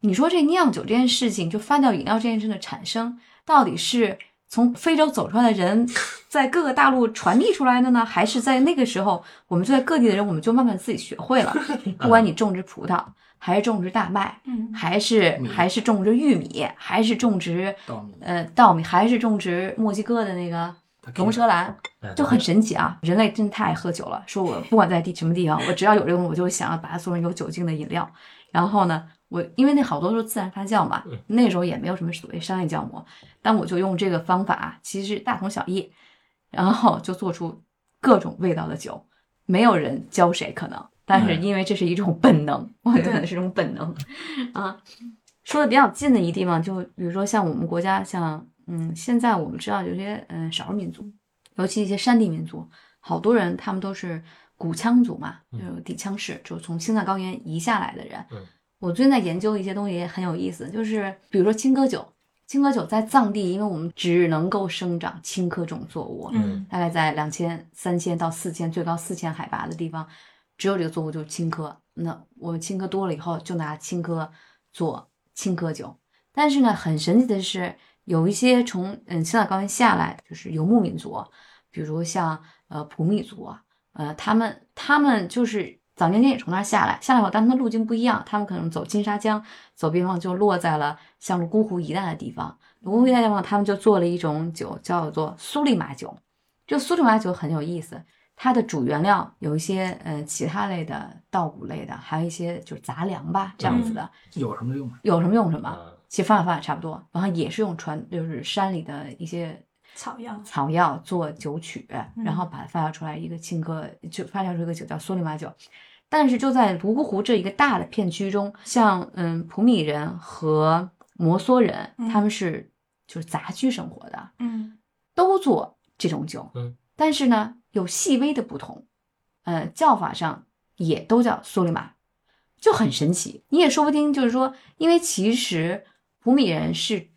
C: 你说这酿酒这件事情，就发酵饮料这件事情的产生，到底是从非洲走出来的人在各个大陆传递出来的呢，还是在那个时候我们就在各地的人，我们就慢慢自己学会了？不管你种植葡萄，还是种植大麦，
E: 嗯，
C: 还是
D: 米
C: 还是种植玉米，还是种植
D: 稻米，
C: 呃稻米，还是种植墨西哥的那个
D: 它给
C: 龙舌兰，
B: 哎
C: 就很神奇啊！人类真的太爱喝酒了。说我不管在地什么地方，我只要有这个东西，我就想要把它做成有酒精的饮料。然后呢，我因为那好多都是自然发酵嘛
B: 嗯，
C: 那时候也没有什么所谓商业酵母，但我就用这个方法，其实大同小异，然后就做出各种味道的酒。没有人教谁可能，但
D: 哎
C: 是
B: 嗯
C: 因为这是一种本能，我觉得是一种本能啊。说的比较近的一地方，就比如说像我们国家，像嗯，现在我们知道有些嗯少数民族，尤其一些山地民族，好多人他们都是古羌族嘛，就
B: 嗯
C: 是底羌氏，就是从青藏高原移下来的人。
B: 嗯
C: 我最近在研究一些东西也很有意思，就是比如说青稞酒，青稞酒在藏地，因为我们只能够生长青稞种作物，
B: 嗯
C: 大概在两千、三千到四千，最高四千海拔的地方，只有这个作物就是青稞。那我们青稞多了以后，就拿青稞做青稞酒。但是呢，很神奇的是，有一些从嗯青藏高原下来，就是游牧民族，比如像呃普米族啊，呃，他们他们就是早年间也从那儿下来，下来以后，但他们的路径不一样，他们可能走金沙江，走边方就落在了像泸沽湖一带的地方。泸沽湖一带地方，他们就做了一种酒，叫做苏利玛酒。这个苏利玛酒很有意思，它的主原料有一些呃其他类的稻谷类的，还有一些就是杂粮吧这样子的，
D: 有什么用？
C: 有什么用什么。
B: 啊，
C: 其实方法方法差不多，然后也是用传就是山里的一些
E: 草药，
C: 草药做酒曲，然后把它发酵出来一个青稞，就发酵出一个酒叫索里玛酒。但是就在泸沽湖这一个大的片区中，像嗯普米人和摩梭人，
E: 嗯
C: 他们是就是杂居生活的，
E: 嗯
C: 都做这种酒，
B: 嗯，
C: 但是呢有细微的不同，呃，叫法上也都叫苏里玛，就很神奇。你也说不定，就是说，因为其实普米人是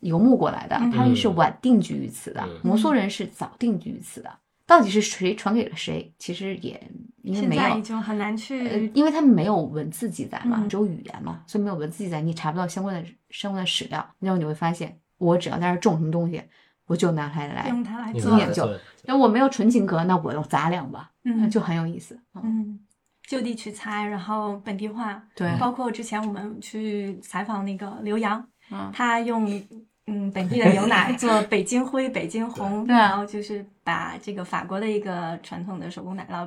C: 游牧过来的，
E: 嗯
C: 他们是晚定居于此的，
B: 嗯
C: 摩梭人是早定居于此的。到底是谁传给了谁？其实也应
E: 嗯
C: 该
E: 现
C: 没
E: 在
C: 有
E: 已，经很难
C: 呃
E: 去，
C: 因为他们没有文字记载嘛，
E: 嗯
C: 只有语言嘛，所以没有文字记载，你查不到相关的相关的史料。然后你会发现，我只要在这儿种什么东西，我就拿它来
E: 用它来
B: 你
E: 做
C: 做，
B: 研究，
C: 那我没有纯情歌，那我用杂粮吧，那
E: 嗯，
C: 就很有意思。嗯，
E: 嗯，就地取材，然后本地化，
C: 对
E: 包括之前我们去采访那个刘洋，
C: 嗯
E: 他用嗯本地的牛奶做北京灰、北京红，
C: 对啊
E: 然后就是把这个法国的一个传统的手工奶酪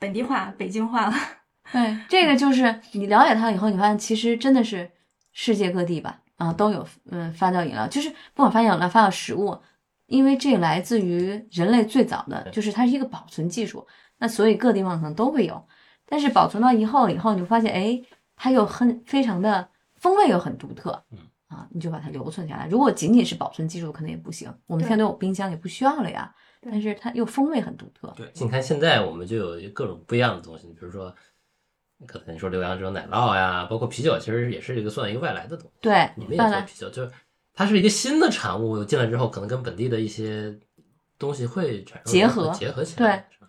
E: 本地化、北京化了。
C: 对，
B: 哎
C: 这
B: 嗯
C: 个就是你了解它以后，你发现其实真的是世界各地吧，啊，都有嗯发酵饮料，就是不管发酵饮料、发酵食物，因为这来自于人类最早的，
B: 对
C: 就是它是一个保存技术，那所以各地方可能都会有，但是保存到以后以后，你会发现哎，它又很非常的风味又很独特
B: 嗯。
C: 啊，你就把它留存下来。如果仅仅是保存技术，可能也不行。我们现在都有冰箱，也不需要了呀。
E: 对
C: 但是它又风味很独特。
D: 对，
B: 你看现在我们就有各种不一样的东西，比如说刚才你说浏阳这种奶酪呀，包括啤酒，其实也是一个算一个外来的东西。
C: 对，
B: 你们也
C: 饭
B: 做
C: 来
B: 啤酒，就是它是一个新的产物进来之后，可能跟本地的一些东西会产生
C: 结合
B: 结合起来。对，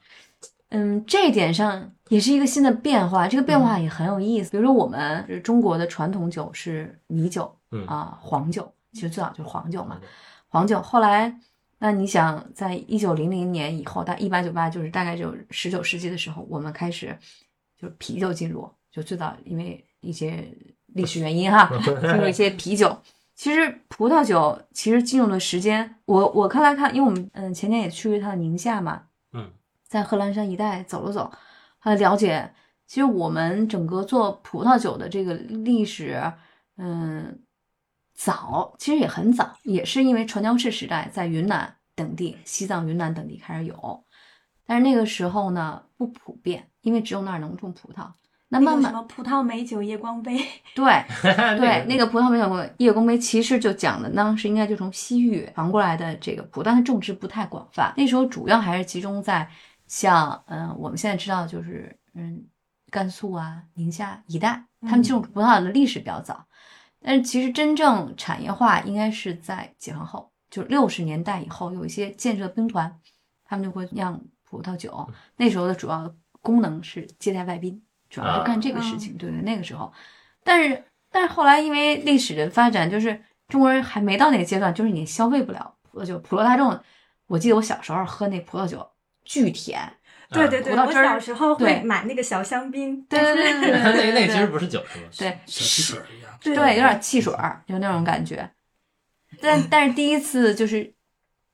C: 嗯，这一点上也是一个新的变化，这个变化也很有意思。比如说，我们就是中国的传统酒是米酒
B: 嗯
C: 啊、黄酒，其实最早就是黄酒嘛
B: 嗯，
C: 黄酒。后来，那你想，在一九零零年以后，到一八九八，就是大概就十九世纪的时候，我们开始就是啤酒进入，就最早因为一些历史原因哈，进入一些啤酒。其实葡萄酒其实进入的时间，我我看来看，因为我们嗯前年也去过一趟宁夏嘛，
B: 嗯，
C: 在贺兰山一带走了走，呃，了解，其实我们整个做葡萄酒的这个历史，嗯，早，其实也很早，也是因为传教士时代在云南等地、西藏、云南等地开始有，但是那个时候呢不普遍，因为只有那儿能种葡萄。那
E: 那
C: 慢
E: 个什
C: 慢
E: 么葡萄美酒夜光杯，
C: 对，对
B: 对，
C: 那个葡萄美酒公夜公杯，其实就讲的当时应该就从西域传过来的这个葡萄，但是种植不太广泛。那时候主要还是集中在像嗯、呃我们现在知道就是嗯甘肃啊、宁夏一带，他们这种葡萄的历史比较早。但是其实真正产业化应该是在解放后，就六十年代以后，有一些建设兵团，他们就会酿葡萄酒。那时候的主嗯要功能是接待外宾，主要是干这个事情。对对，那个时候，但是但是后来因为历史的发展，就是中国人还没到那个阶段，就是你消费不了葡萄酒，普罗大众。我记得我小时候喝那葡萄酒巨 甜，
B: 啊
E: 对 对对，
C: 啊葡萄
E: 我
C: 汁儿
E: 小时候
C: 对
E: 会买那个小香槟，
C: 对对对对
B: 那
C: 对对
B: 个那
C: 对
B: 个其实不是酒是吗？
C: 对
D: 小汽水一样。
E: 对
C: 对，有点汽水儿，就那种感觉。但但是第一次就是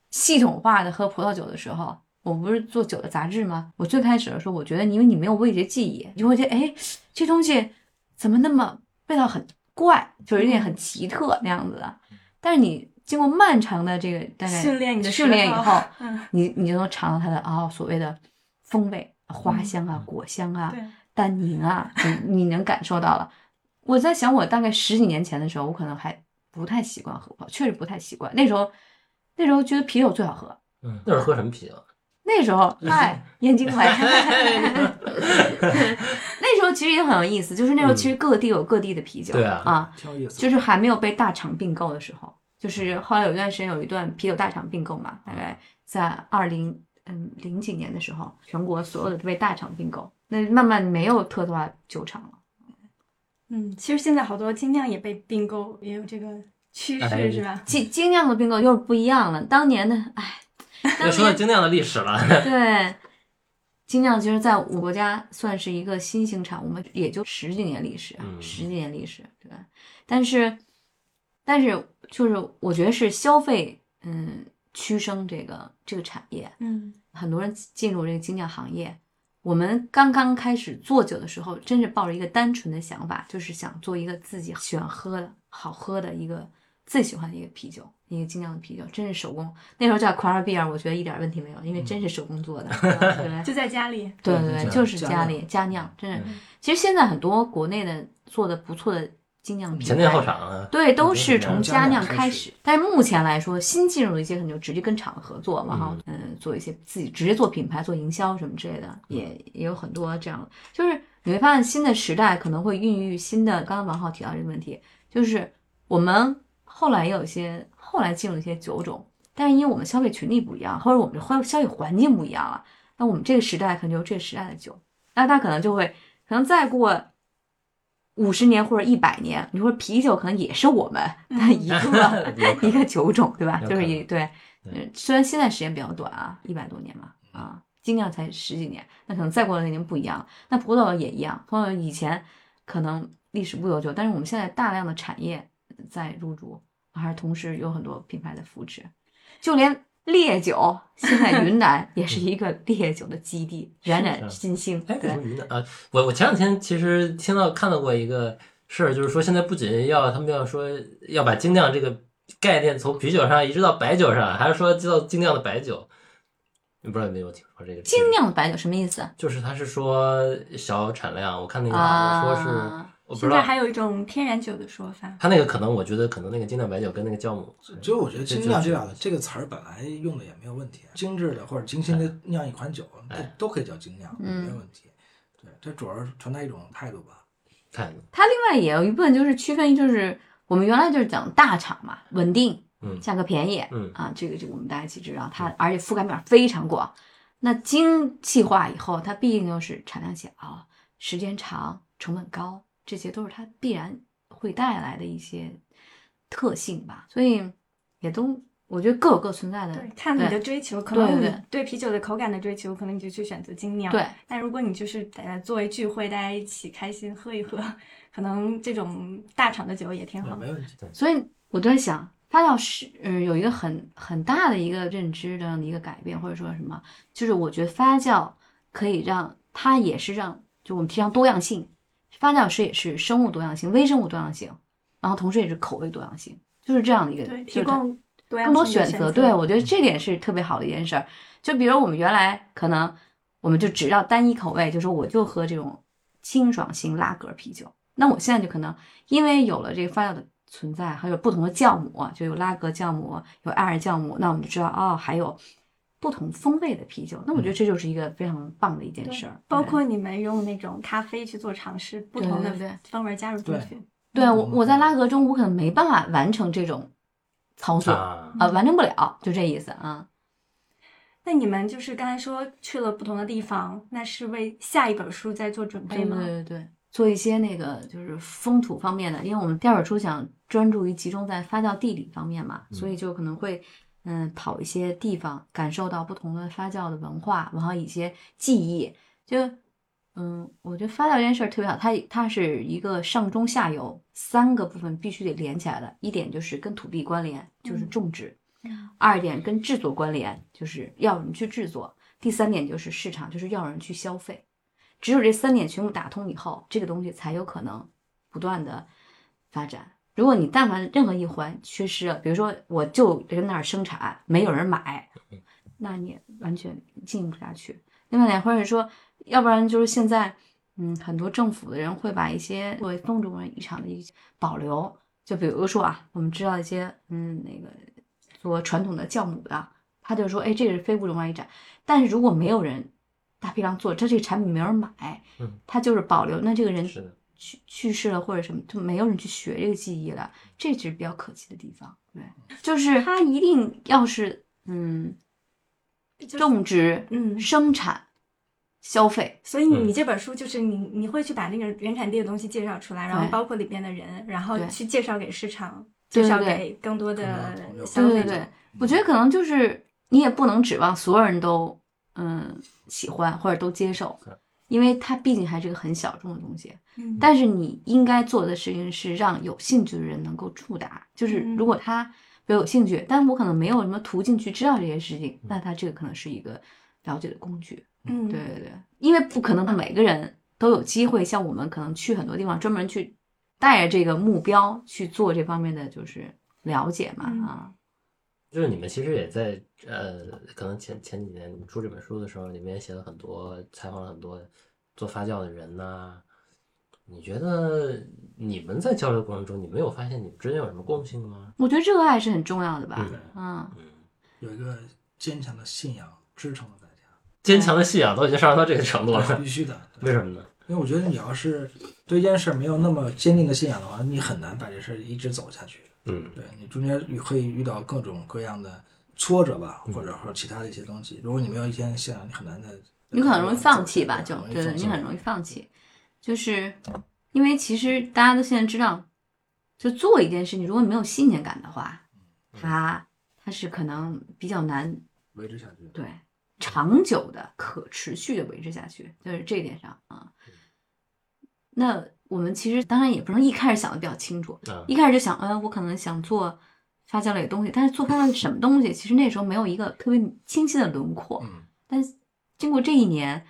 C: 系统化的喝葡萄酒的时候，我不是做酒的杂志吗？我最开始的时候，我觉得因为你没有味觉记忆，你就会觉得哎，这东西怎么那么味道很怪，就是有点很奇
E: 嗯
C: 特那样子的。但是你经过漫长的这个大概
E: 训练你的
C: 训练以
E: 舌头
C: 后，
E: 嗯，
C: 你你就能尝到它的啊、所谓的风味、花香啊、果香啊，
E: 嗯对，
C: 但您啊，你你能感受到了。我在想，我大概十几年前的时候，我可能还不太习惯喝葡萄，确实不太习惯。那时候，那时候觉得啤酒最好喝。
B: 嗯，那会儿喝什么啤酒？
C: 那时候，哎，燕京白。 那时候其实也很有意思，就是那时候其实各地有各地的啤酒，
B: 嗯对啊
D: 挺有意思的。
C: 就是还没有被大厂并购的时候，就是后来有一段时间有一段啤酒大厂并购嘛，大概在二零嗯零几年的时候，全国所有的都被大厂并购，那慢慢没有特色化酒厂了。
E: 嗯，其实现在好多精酿也被并购，也有这个趋
B: 哎
E: 势，是吧？嗯
C: 精精酿的并购又是不一样了。当年的， 哎，
B: 又
C: 当
B: 说到
C: 年
B: 精酿的历史了。
C: 对精酿，其实在我国家算是一个新兴产物嘛，也就十几年历史啊，
B: 嗯
C: 十几年历史，对吧？但是，但是就是我觉得是消费，嗯，驱生这个这个产业，
E: 嗯，
C: 很多人进入这个精酿行业。我们刚刚开始做酒的时候，真是抱着一个单纯的想法，就是想做一个自己喜欢喝的好喝的一个自己喜欢的一个啤酒，一个精酿的啤酒，真是手工。那时候叫 c 尔 a r b 我觉得一点问题没有，因为真是手工做的，
E: 就在家里，
C: 对吧对
B: 对
C: 对
B: 嗯对
C: 对，就是
D: 加
C: 家
D: 酿
C: 里家酿，真是
B: 嗯。
C: 其实现在很多国内的做的不错的精酿品牌，
B: 前店后厂啊，
C: 对，都
B: 嗯
C: 是
B: 对
C: 从
D: 加
C: 家
D: 酿
C: 酿
D: 开
C: 开
D: 始
C: 始，但是目前来说，新进入的一些可能就直接跟厂合作嘛，哈，嗯，做一些自己直接做品牌、做营销什么之类的，也也有很多这样的。就是你会发现，新的时代可能会孕育新的。刚刚王浩提到这个问题，就是我们后来也有一些后来进入一些酒种，但是因为我们消费群体不一样，或者我们的消消费环境不一样了，那我们这个时代可能就是这个时代的酒，那它可能就会，可能再过五十年或者一百年，你说啤酒可能也是我们
E: 嗯
C: 的一个、
B: 有可能
C: 一个酒种，对吧？
B: 有可
C: 就
B: 能
C: 是一对，
B: 对嗯
C: 嗯虽然现在时间比较短啊，一百多年嘛，啊，精酿才十几年，那可能再过两年不一样了。那葡萄也一样，葡萄以前可能历史不悠久，但是我们现在大量的产业在入驻，还是同时有很多品牌的扶持，就连烈酒，现在云南也是一个烈酒的基地， 冉冉新兴。
B: 哎，为
C: 对
B: 什么云南啊？我我前两天其实听到看到过一个事儿，就是说现在不仅要他们要说要把精酿这个概念从啤酒上移植到白酒上，还是说到精酿的白酒。你不知道有没有听说这个？
C: 精酿的白酒什么意思？
B: 就是他是说小产量，我看那个
C: 啊
B: 好像说是，我不
E: 现
B: 知
E: 在
B: 道
E: 还有一种天然酒的说法，
B: 他那个可能，我觉得可能那个精酿白酒跟那个酵母，
D: 其实我觉得“精酿”这俩这个词儿本来用的也没有问题，啊精致的或者精心的酿一款酒，这
B: 哎
D: 都可以叫精酿，
C: 嗯
D: 没有问题。对，这主要是传达一种态度吧。
B: 看，
C: 它另外也有一部分就是区分，就是我们原来就是讲大厂嘛，稳定，
B: 嗯
C: 价格便宜，
B: 嗯
C: 啊，这个这个我们大家一起知道，它而且覆盖面非常广。那精细化以后，它毕竟就是产量小、时间长、成本高，这些都是它必然会带来的一些特性吧。所以也都，我觉得各有各存在的
E: 对，看你的追求，可能你对啤酒的口感的追求，可能你就去选择精酿。
C: 对，
E: 但如果你就是呃作为聚会，大家一起开心喝一喝，可能这种大厂的酒也挺
D: 对，
E: 好的。
D: 没问题。
C: 所以我都在想，发酵是嗯、有一个很很大的一个认知的一个改变，或者说什么，就是我觉得发酵可以让它也是让就我们提倡多样性，发酵是也是生物多样性、微生物多样性，然后同时也是口味多样性，就是这样的一个
E: 对，
C: 就
E: 提
C: 是它
E: 供多样
C: 更多
E: 性的
C: 选择。对，我觉得这点是特别好的一件事儿。就比如我们原来可能我们就只要单一口味，就说我就喝这种清爽型拉格啤酒。那我现在就可能因为有了这个发酵的存在，还有不同的酵母，啊就有拉格酵母，有艾尔酵母，那我们就知道哦，还有不同风味的啤酒。那我觉得这就是一个非常棒的一件
E: 对
C: 事儿，
E: 包
C: 对
E: 括你们用那种咖啡去做尝试，不同
C: 对对对
E: 的风味加入进
D: 对
E: 去。
C: 对我
D: 嗯
C: 我在拉格中，我可能没办法完成这种操作，
B: 啊，
C: 呃，完成不了，就这意思啊。
E: 那你们就是刚才说去了不同的地方，那是为下一本书在做准备
C: 对
E: 吗？
C: 对对对，做一些那个就是风土方面的，因为我们待会儿出想专注于集中在发酵地理方面嘛，所以就可能会嗯跑一些地方，感受到不同的发酵的文化，然后一些技艺。就嗯，我觉得发酵这件事儿特别好，它它是一个上中下游三个部分必须得连起来的。一点就是跟土地关联，就是
E: 嗯
C: 种植；二点跟制作关联，就是要人去制作；第三点就是市场，就是要人去消费。只有这三点全部打通以后，这个东西才有可能不断的发展。如果你但凡任何一环缺失了，比如说我就人那儿生产，没有人买，那你完全进不下去。另外两或者说，要不然就是现在，嗯，很多政府的人会把一些作为风土文化遗产的一些保留，就比如说啊，我们知道一些，嗯，那个做传统的酵母的，他就说，哎，这个是非物质文化遗产。但是如果没有人大批量做，这这个产品没有人买
B: 嗯，
C: 他就是保留，那这个人
B: 是的
C: 去去世了或者什么，就没有人去学这个技艺了，这是比较可惜的地方。对，就是他一定要是嗯
E: 就是
C: 种植、
E: 嗯，
C: 生产、消费，
E: 所以你
B: 嗯
E: 你这本书就是你你会去把那个原产地的东西介绍出来，然后
C: 对
E: 包括里边的人，然后
C: 对
E: 去介绍给市场，
C: 对
E: 介绍
C: 对
E: 给更多的
D: 更多的
E: 消
C: 对
D: 朋
E: 费
C: 对
E: 者。
C: 对，我觉得可能就是你也不能指望所有人都嗯喜欢或者都接受
B: 是，
C: 因为它毕竟还是个很小众的东西。
E: 嗯
C: 但是你应该做的事情是让有兴趣的人能够触达，就是
E: 嗯
C: 如果他比如有兴趣，但我可能没有什么途径去知道这些事情，那他这个可能是一个了解的工具。
E: 嗯，
C: 对对对，因为不可能每个人都有机会，像我们可能去很多地方专门去带着这个目标去做这方面的就是了解嘛
E: 嗯
C: 啊，
B: 就是你们其实也在呃，可能前前几年你们出这本书的时候，里面写了很多，采访了很多做发酵的人呐、你觉得你们在交流过程中，你们有发现你们之间有什么共性吗？
C: 我觉得热爱是很重要的吧，嗯
D: 有一个坚强的信仰支撑了大家，
B: 坚强的信仰都已经上升到这个程度了，
D: 必须的。对
B: 为什么呢？
D: 因为我觉得你要是对一件事没有那么坚定的信仰的话，你很难把这事儿一直走下去。
B: 嗯
D: 对你中间也会遇到各种各样的挫折吧，
B: 嗯
D: 或者或者其他的一些东西。如果你没有一天信仰，你很难的。
C: 你很容易放弃吧，就
D: 很容易
C: 对对，
D: 放弃
C: 你很容易放弃，就是因为其实大家都现在知道，就做一件事情，如果你没有信念感的话，它它是可能比较难
D: 维持下去。
C: 对长久的、可持续的维持下去，就是这一点上啊。那我们其实当然也不能一开始想的比较清楚，
B: 啊
C: 一开始就想，嗯，我可能想做发酵类的东西，但是做发酵类什么东西，其实那时候没有一个特别清晰的轮廓。
D: 嗯，
C: 但是经过这一年，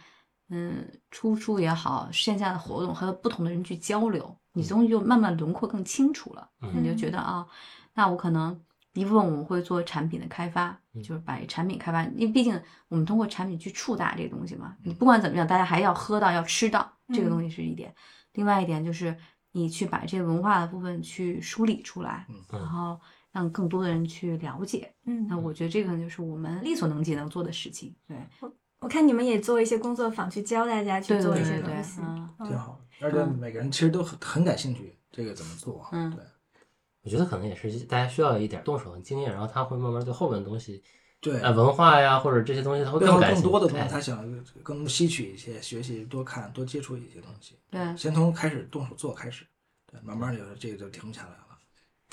C: 嗯，出书也好，线下的活动和不同的人去交流，你
B: 嗯
C: 终于就慢慢轮廓更清楚了。
B: 嗯
C: 你就觉得啊，那我可能一部分我们会做产品的开发，
B: 嗯
C: 就是把产品开发，因为毕竟我们通过产品去触达这个东西嘛。你不管怎么样，大家还要喝到，要吃到，这
E: 嗯
C: 个东西是一点。另外一点就是你去把这文化的部分去梳理出来，
B: 嗯
C: 然后让更多的人去了解。
E: 嗯
C: 那我觉得这个就是我们力所能及能做的事情。对。
E: 我看你们也做一些工作坊去教大家去
C: 对
E: 做
C: 对
E: 一些
C: 对
E: 东
C: 对
E: 西，，
C: 嗯
D: 挺好的。而且每个人其实都很很感兴趣，这个怎么做？
C: 嗯
D: 对
B: 我觉得可能也是大家需要一点动手的经验，然后他会慢慢对后面的东西，
D: 对，
B: 呃，文化呀或者这些东西，他会
D: 背后
B: 感
D: 更
B: 兴趣。
D: 多的东西，他
B: 哎
D: 想更吸取一些，学习多看多接触一些东西。
C: 对
D: 先从开始动手做开始，对，慢慢的这个就停不下来了。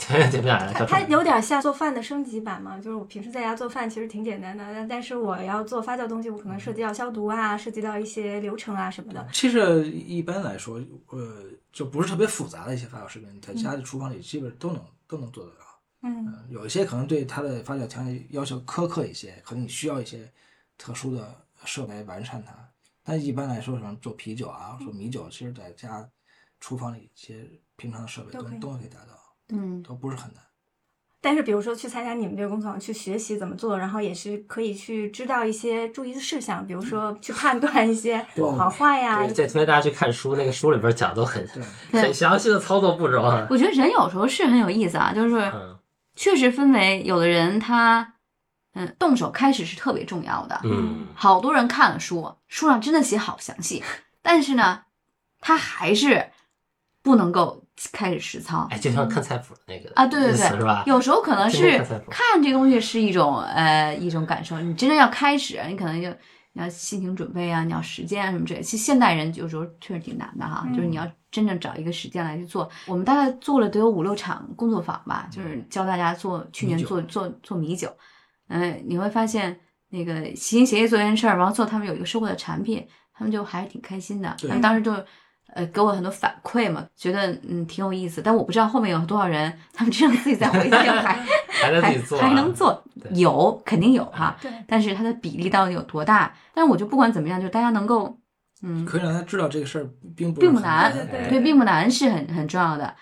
B: 对，停不啊下来，
E: 它它有点像做饭的升级版嘛，就是我平时在家做饭其实挺简单的，但但是我要做发酵东西，我可能
D: 嗯
E: 涉及到消毒啊，涉及到一些流程啊什么的。
D: 其实一般来说，呃，就不是特别复杂的一些发酵食品，在家的厨房里基本都能都能做得到。
E: 嗯
D: 嗯，有一些可能对它的发酵条件要求苛刻一些，可能你需要一些特殊的设备来完善它。但一般来说，什么做啤酒啊，做米酒，其实在家厨房里一些平常的设备都
E: 都可以
D: 都能可以达到，
C: 嗯，
D: 都不是很难。
E: 但是比如说去参加你们这个工作坊去学习怎么做，然后也是可以去知道一些注意的事项，比如说去判断一些
D: 对
E: 好坏呀、
B: 对，这推大家去看书，那个书里边讲都很
D: 对，
B: 很详细的操作步骤啊。
C: 我觉得人有时候是很有意思啊，就是
B: 嗯
C: 确实分为有的人他，嗯，动手开始是特别重要的，
B: 嗯
C: 好多人看了书，书上真的写好详细，但是呢，他还是不能够开始实操
B: 哎，就像看菜谱的那个
C: 啊，对对
B: 意思
C: 对，
B: 是吧？
C: 有时候可能
B: 天天
C: 是
B: 看菜谱
C: 看这东西是一种呃一种感受，你真正要开始，你可能就你要心情准备啊，你要时间啊什么之类的。其实现代人有时候确实挺难的哈，
E: 嗯
C: 就是你要真正找一个时间来去做。我们大概做了得有五六场工作坊
B: 嗯
C: 吧，就是教大家做，去年
D: 米酒
C: 做做做米酒，嗯、你会发现那个齐心协力做一件事儿，然后做他们有一个收获的产品，他们就还是挺开心的。
D: 对
C: 他们当时就。呃，给我很多反馈嘛，觉得嗯挺有意思，但我不知道后面有多少人，他们这样自己在回去还
B: 还 在自己做啊，
C: 还还能做，
B: 对嗯
C: 有肯定有哈、
E: 对，
C: 但是它的比例到底有多大？但是我就不管怎么样，就大家能够，嗯，
D: 可以让他知道这个事儿并不
C: 并
D: 不
C: 不难
E: 对对
C: 对，并不难是很很重要的，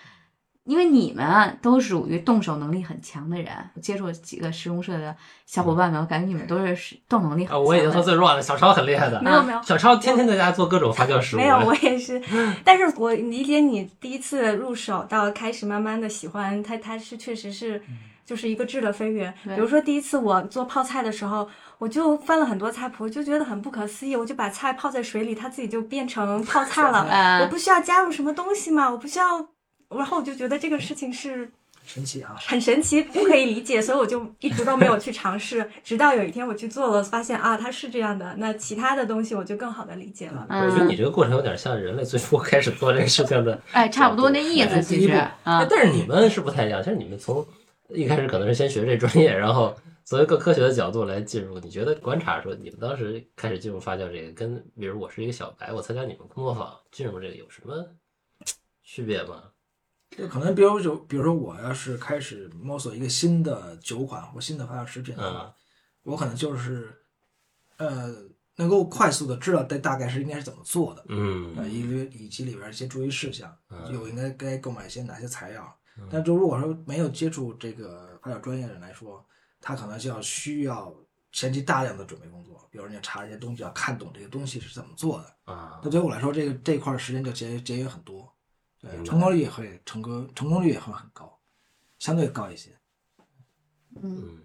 C: 因为你们啊都属于动手能力很强的人。我接触几个施工社的小伙伴们，我感觉你们都是动手能力很
B: 啊，
C: 强的。
B: 我已经算最弱了，小超很厉害的，
E: 没有没有。
B: 小超天天在家做各种发酵食物，
E: 没有，我也是，但是我理解你第一次入手到开始慢慢的喜欢它，它是确实是就是一个质的飞跃。
C: 对
E: 比如说第一次我做泡菜的时候，我就翻了很多菜谱，就觉得很不可思议，我就把菜泡在水里，它自己就变成泡菜了，我
C: 呃，
E: 不需要加入什么东西嘛，我不需要，然后我就觉得这个事情是
D: 神奇啊！
E: 很神奇，不可以理解，所以我就一直都没有去尝试。直到有一天我去做了，发现啊，它是这样的。那其他的东西我就更好的理解了。
B: 哎我觉得
C: 嗯，
B: 你这个过程有点像人类最初开始做这个事情的。
C: 哎，差不多那意思，
B: 第
C: 其
B: 一
C: 实
B: 步
C: 啊，
B: 但是你们是不太一样，就是你们从一开始可能是先学这专业，然后从一个科学的角度来进入。你觉得观察说你们当时开始进入发酵这个，跟比如我是一个小白，我参加你们工作坊进入这个有什么区别吗？
D: 就可能比如就比如说我要是开始摸索一个新的酒款或新的发酵食品的话，
B: 嗯
D: 我可能就是呃能够快速的知道大大概是应该是怎么做的，呃，
B: 嗯，
D: 以及以及里边一些注意事项，
B: 嗯
D: 有应该该购买一些哪些材料
B: 嗯。
D: 但就如果说没有接触这个发酵专业的人来说，他可能就要需要前期大量的准备工作，比如你要查这些东西，要看懂这个东西是怎么做的。
B: 啊
D: 那，对于我来说，这个这一块儿时间就节节约很多，对
B: 明，白
D: 成功率也会成功成功率也会很高，相对高一些。
C: 嗯，
B: 嗯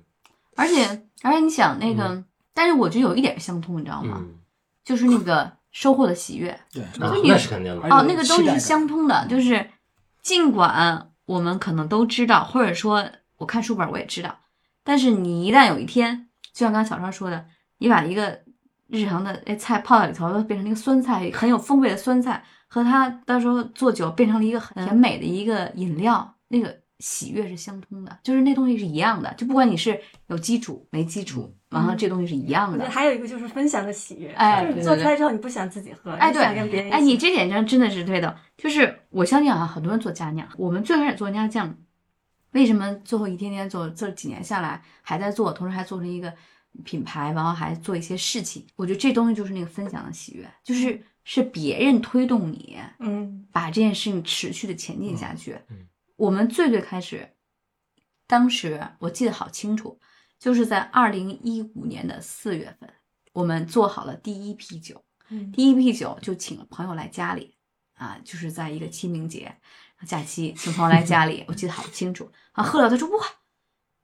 C: 而且嗯而且你想那个，但是我觉得有一点相通，你知道吗？
B: 嗯，
C: 就是那个收获的喜悦。
D: 对，
B: 啊
C: 就你
B: 那是肯定的。
C: 哦，
D: 而且
C: 那个东
D: 期
C: 西是
D: 待感嗯
C: 相通的，就是尽管我们可能都知道，或者说我看书本我也知道，但是你一旦有一天，就像刚才小川说的，你把一个日常的哎菜泡在里头，都变成一个酸菜，很有风味的酸菜，和它到时候做酒变成了一个
D: 嗯
C: 很甜美的一个饮料，那个喜悦是相通的，就是那东西是一样的，就不管你是有基础没基础，
D: 嗯
C: 然后这东西是一样
E: 我觉
C: 的
E: 得。还有一个就是分享的喜悦，
C: 哎
E: 就是
C: 对
E: 你
C: 对
E: 做
C: 对
E: 出来之后你不想自己喝，
C: 哎
E: 你
C: 对
E: 想跟别人一起。
C: 哎，你这点上真的是对的，就是我相信啊，很多人做家酿，我们最开始做家酿，为什么最后一天天做，这几年下来还在做，同时还做成一个品牌，然后还做一些事情，我觉得这东西就是那个分享的喜悦，就是是别人推动你
E: 嗯，
C: 把这件事情持续的前进下去。
B: 嗯嗯
C: 我们最最开始，当时我记得好清楚，就是在二零一五年的四月份，我们做好了第一批酒。
E: 嗯
C: 第一批酒就请了朋友来家里啊，就是在一个清明节假期，请朋友来家里，我记得好清楚啊，喝了他说哇。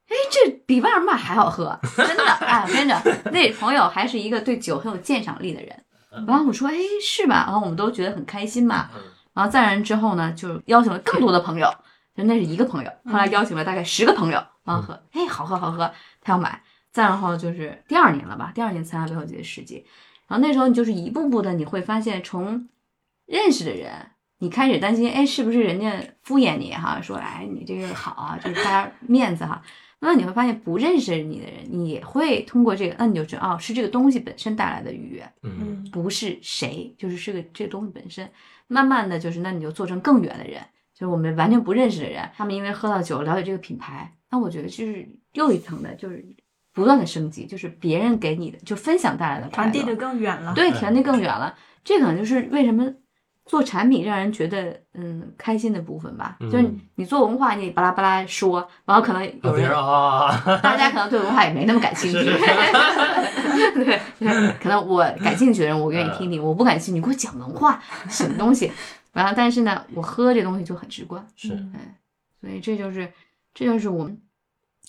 C: 哎，这比外面卖还好喝，真的！哎，我跟着那朋友还是一个对酒很有鉴赏力的人。然后我说，哎，是吧？然后我们都觉得很开心嘛。然后再然之后呢，就邀请了更多的朋友，就那是一个朋友，后来邀请了大概十个朋友，然后喝，哎，好喝好喝，他要买。再然后就是第二年了吧，第二年参加北口节的世界，然后那时候你就是一步步的，你会发现从认识的人，你开始担心，哎，是不是人家敷衍你哈、说哎你这个好啊，就是大家面子哈、那你会发现，不认识你的人，你也会通过这个，那你就知道哦，是这个东西本身带来的愉悦。
B: 嗯，
E: 嗯
C: 不是谁，就是这个这个东西本身。慢慢的就是，那你就做成更远的人，就是我们完全不认识的人，他们因为喝到酒了解这个品牌，那我觉得就是又一层的，就是不断的升级，就是别人给你的，就分享带来的快乐
E: 传递的更远了。
C: 对，传递更远了。这可能就是为什么做产品让人觉得嗯开心的部分吧，就是
B: 嗯
C: 你做文化，你巴拉巴拉说，然后可能
B: 啊
C: 有
B: 别
C: 人
B: 人啊，
C: 大家可能对文化也没那么感兴趣，
B: 是是
C: 对，可能我感兴趣的人我愿意听你，
B: 嗯
C: 我不感兴趣你给我讲文化什么东西。 完了，但是呢，我喝这东西就很直观，
B: 是
E: 嗯
C: 所以这就是这就是我们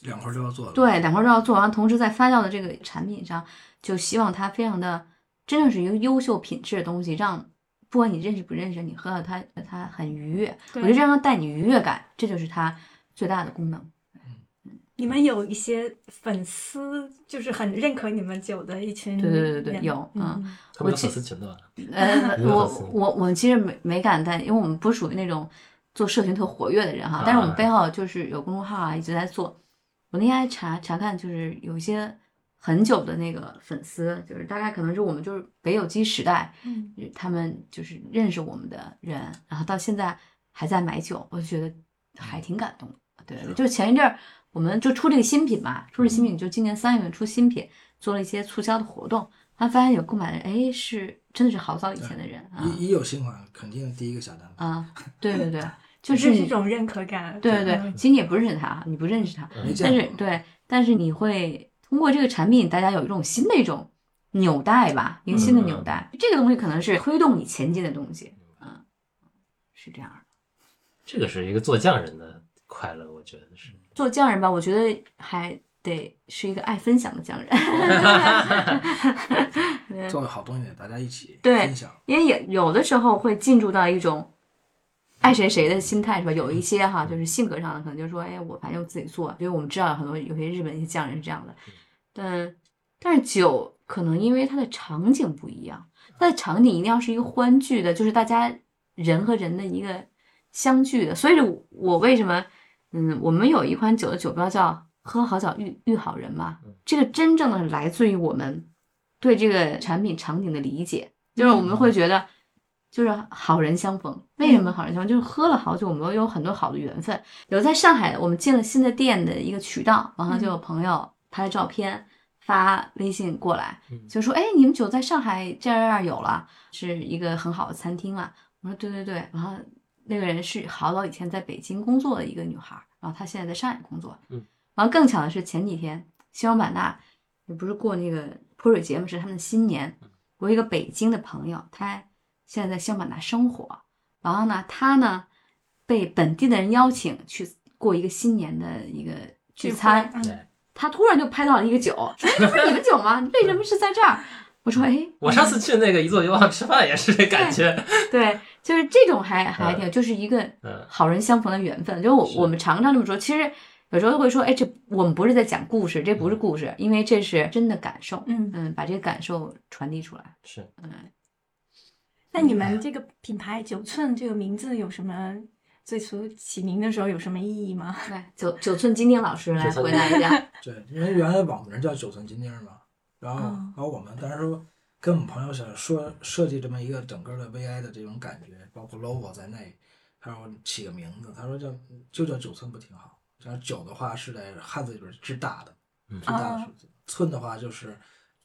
D: 两块儿都要做的。
C: 对两块肉要做完，同时在发酵的这个产品上，就希望它非常的真正是一个优秀品质的东西，让不管你认识不认识，你喝到它它很愉悦。我
E: 对
C: 觉得这样带你愉悦感，这就是它最大的功能。
E: 你们有一些粉丝，就是很认可你们酒的一群
C: 对对对对
E: 人
C: 有嗯，
B: 他们有粉丝群的吧？
C: 呃，
B: 没有粉丝
C: 我我我其实没没敢在，因为我们不属于那种做社群特活跃的人哈，但是我们
B: 啊
C: 背后就是有公众号啊，一直在做。我那天还查查看，就是有一些很久的那个粉丝，就是大概可能是我们就是北有基时代，
E: 嗯，
C: 他们就是认识我们的人，然后到现在还在买酒，我就觉得还挺感动的。对，
B: 是
C: 就前一阵儿我们就出这个新品嘛，出这新品就今年三月份出新品，做了一些促销的活动，他发现有购买的人，哎，是真的是好早以前的人啊
D: 一一有新款，肯定第一个下单。
C: 啊，对对对，
E: 就
C: 就
E: 是是这
C: 你
E: 种认可感。
C: 对对对，
E: 嗯
C: 其实你也不认识他，你不认识他，
D: 没
C: 但
D: 见
C: 是
D: 过，
C: 对，但是你会通过这个产品，大家有一种新的一种纽带吧，一个新的纽带，这个东西可能是推动你前进的东西，嗯，是这样的。
B: 这个是一个做匠人的快乐，我觉得是。
C: 做匠人吧，我觉得还得是一个爱分享的匠人，
D: 做个好东西，大家一起
C: 对
D: 分享。
C: 因为有有的时候会进入到一种爱谁谁的心态是吧？有一些哈，就是性格上的可能就说，哎，我反正我自己做，因为我们知道很多有些日本一些匠人是这样的，但但是酒可能因为它的场景不一样，它的场景一定要是一个欢聚的，就是大家人和人的一个相聚的。所以我我为什么嗯，我们有一款酒的酒标叫“喝好酒遇遇好人”嘛，这个真正的是来自于我们对这个产品场景的理解，就是我们会觉得。就是好人相逢，为什么好人相逢？就是喝了好酒，我们有很多好的缘分。有在上海，我们进了新的店的一个渠道，然后就有朋友拍照片发微信过来，
B: 嗯
C: 就说：“哎，你们酒在上海这儿这儿有了，是一个很好的餐厅了。”我说：“对对对。”然后那个人是好早以前在北京工作的一个女孩儿，然后她现在在上海工作。
B: 嗯，
C: 然后更巧的是前几天西双版纳也不是过那个泼水节嘛，是他们的新年。我有一个北京的朋友，他现在在西双版纳生活，然后呢，他呢被本地的人邀请去过一个新年的一个聚餐，，
E: 嗯
B: 对，
C: 他突然就拍到了一个酒，说：“哎这不是你们酒吗？为什么是在这儿？” 我说：“哎，
B: 我上次去那个一座一望吃饭也是这感觉，
C: 对，就是这种还还挺，就是一个
B: 嗯
C: 好人相逢的缘分。就是我
B: 是
C: 我们常常这么说，其实有时候会说，哎，这我们不是在讲故事，这
B: 嗯
C: 不是故事，因为这是真的感受。
E: 嗯，
C: 嗯，把这个感受传递出来。
B: 是
E: 那你们这个品牌“九寸”这个名字有什么最初起名的时候有什么意义吗？
C: 来，九九寸金丁老师来
B: 九寸
C: 回答一 下。
D: 对，因为原来网名叫九寸金钉嘛，然后
E: 嗯
D: 然后我们当时跟我们朋友想说设计这么一个整个的 VI 的这种感觉，包括 logo 在内，还有起个名字，他说叫就叫九寸不挺好？然后九的话是在汉字里边是至大的，
B: 嗯
D: 至大
E: 哦
D: 的数字，寸的话就是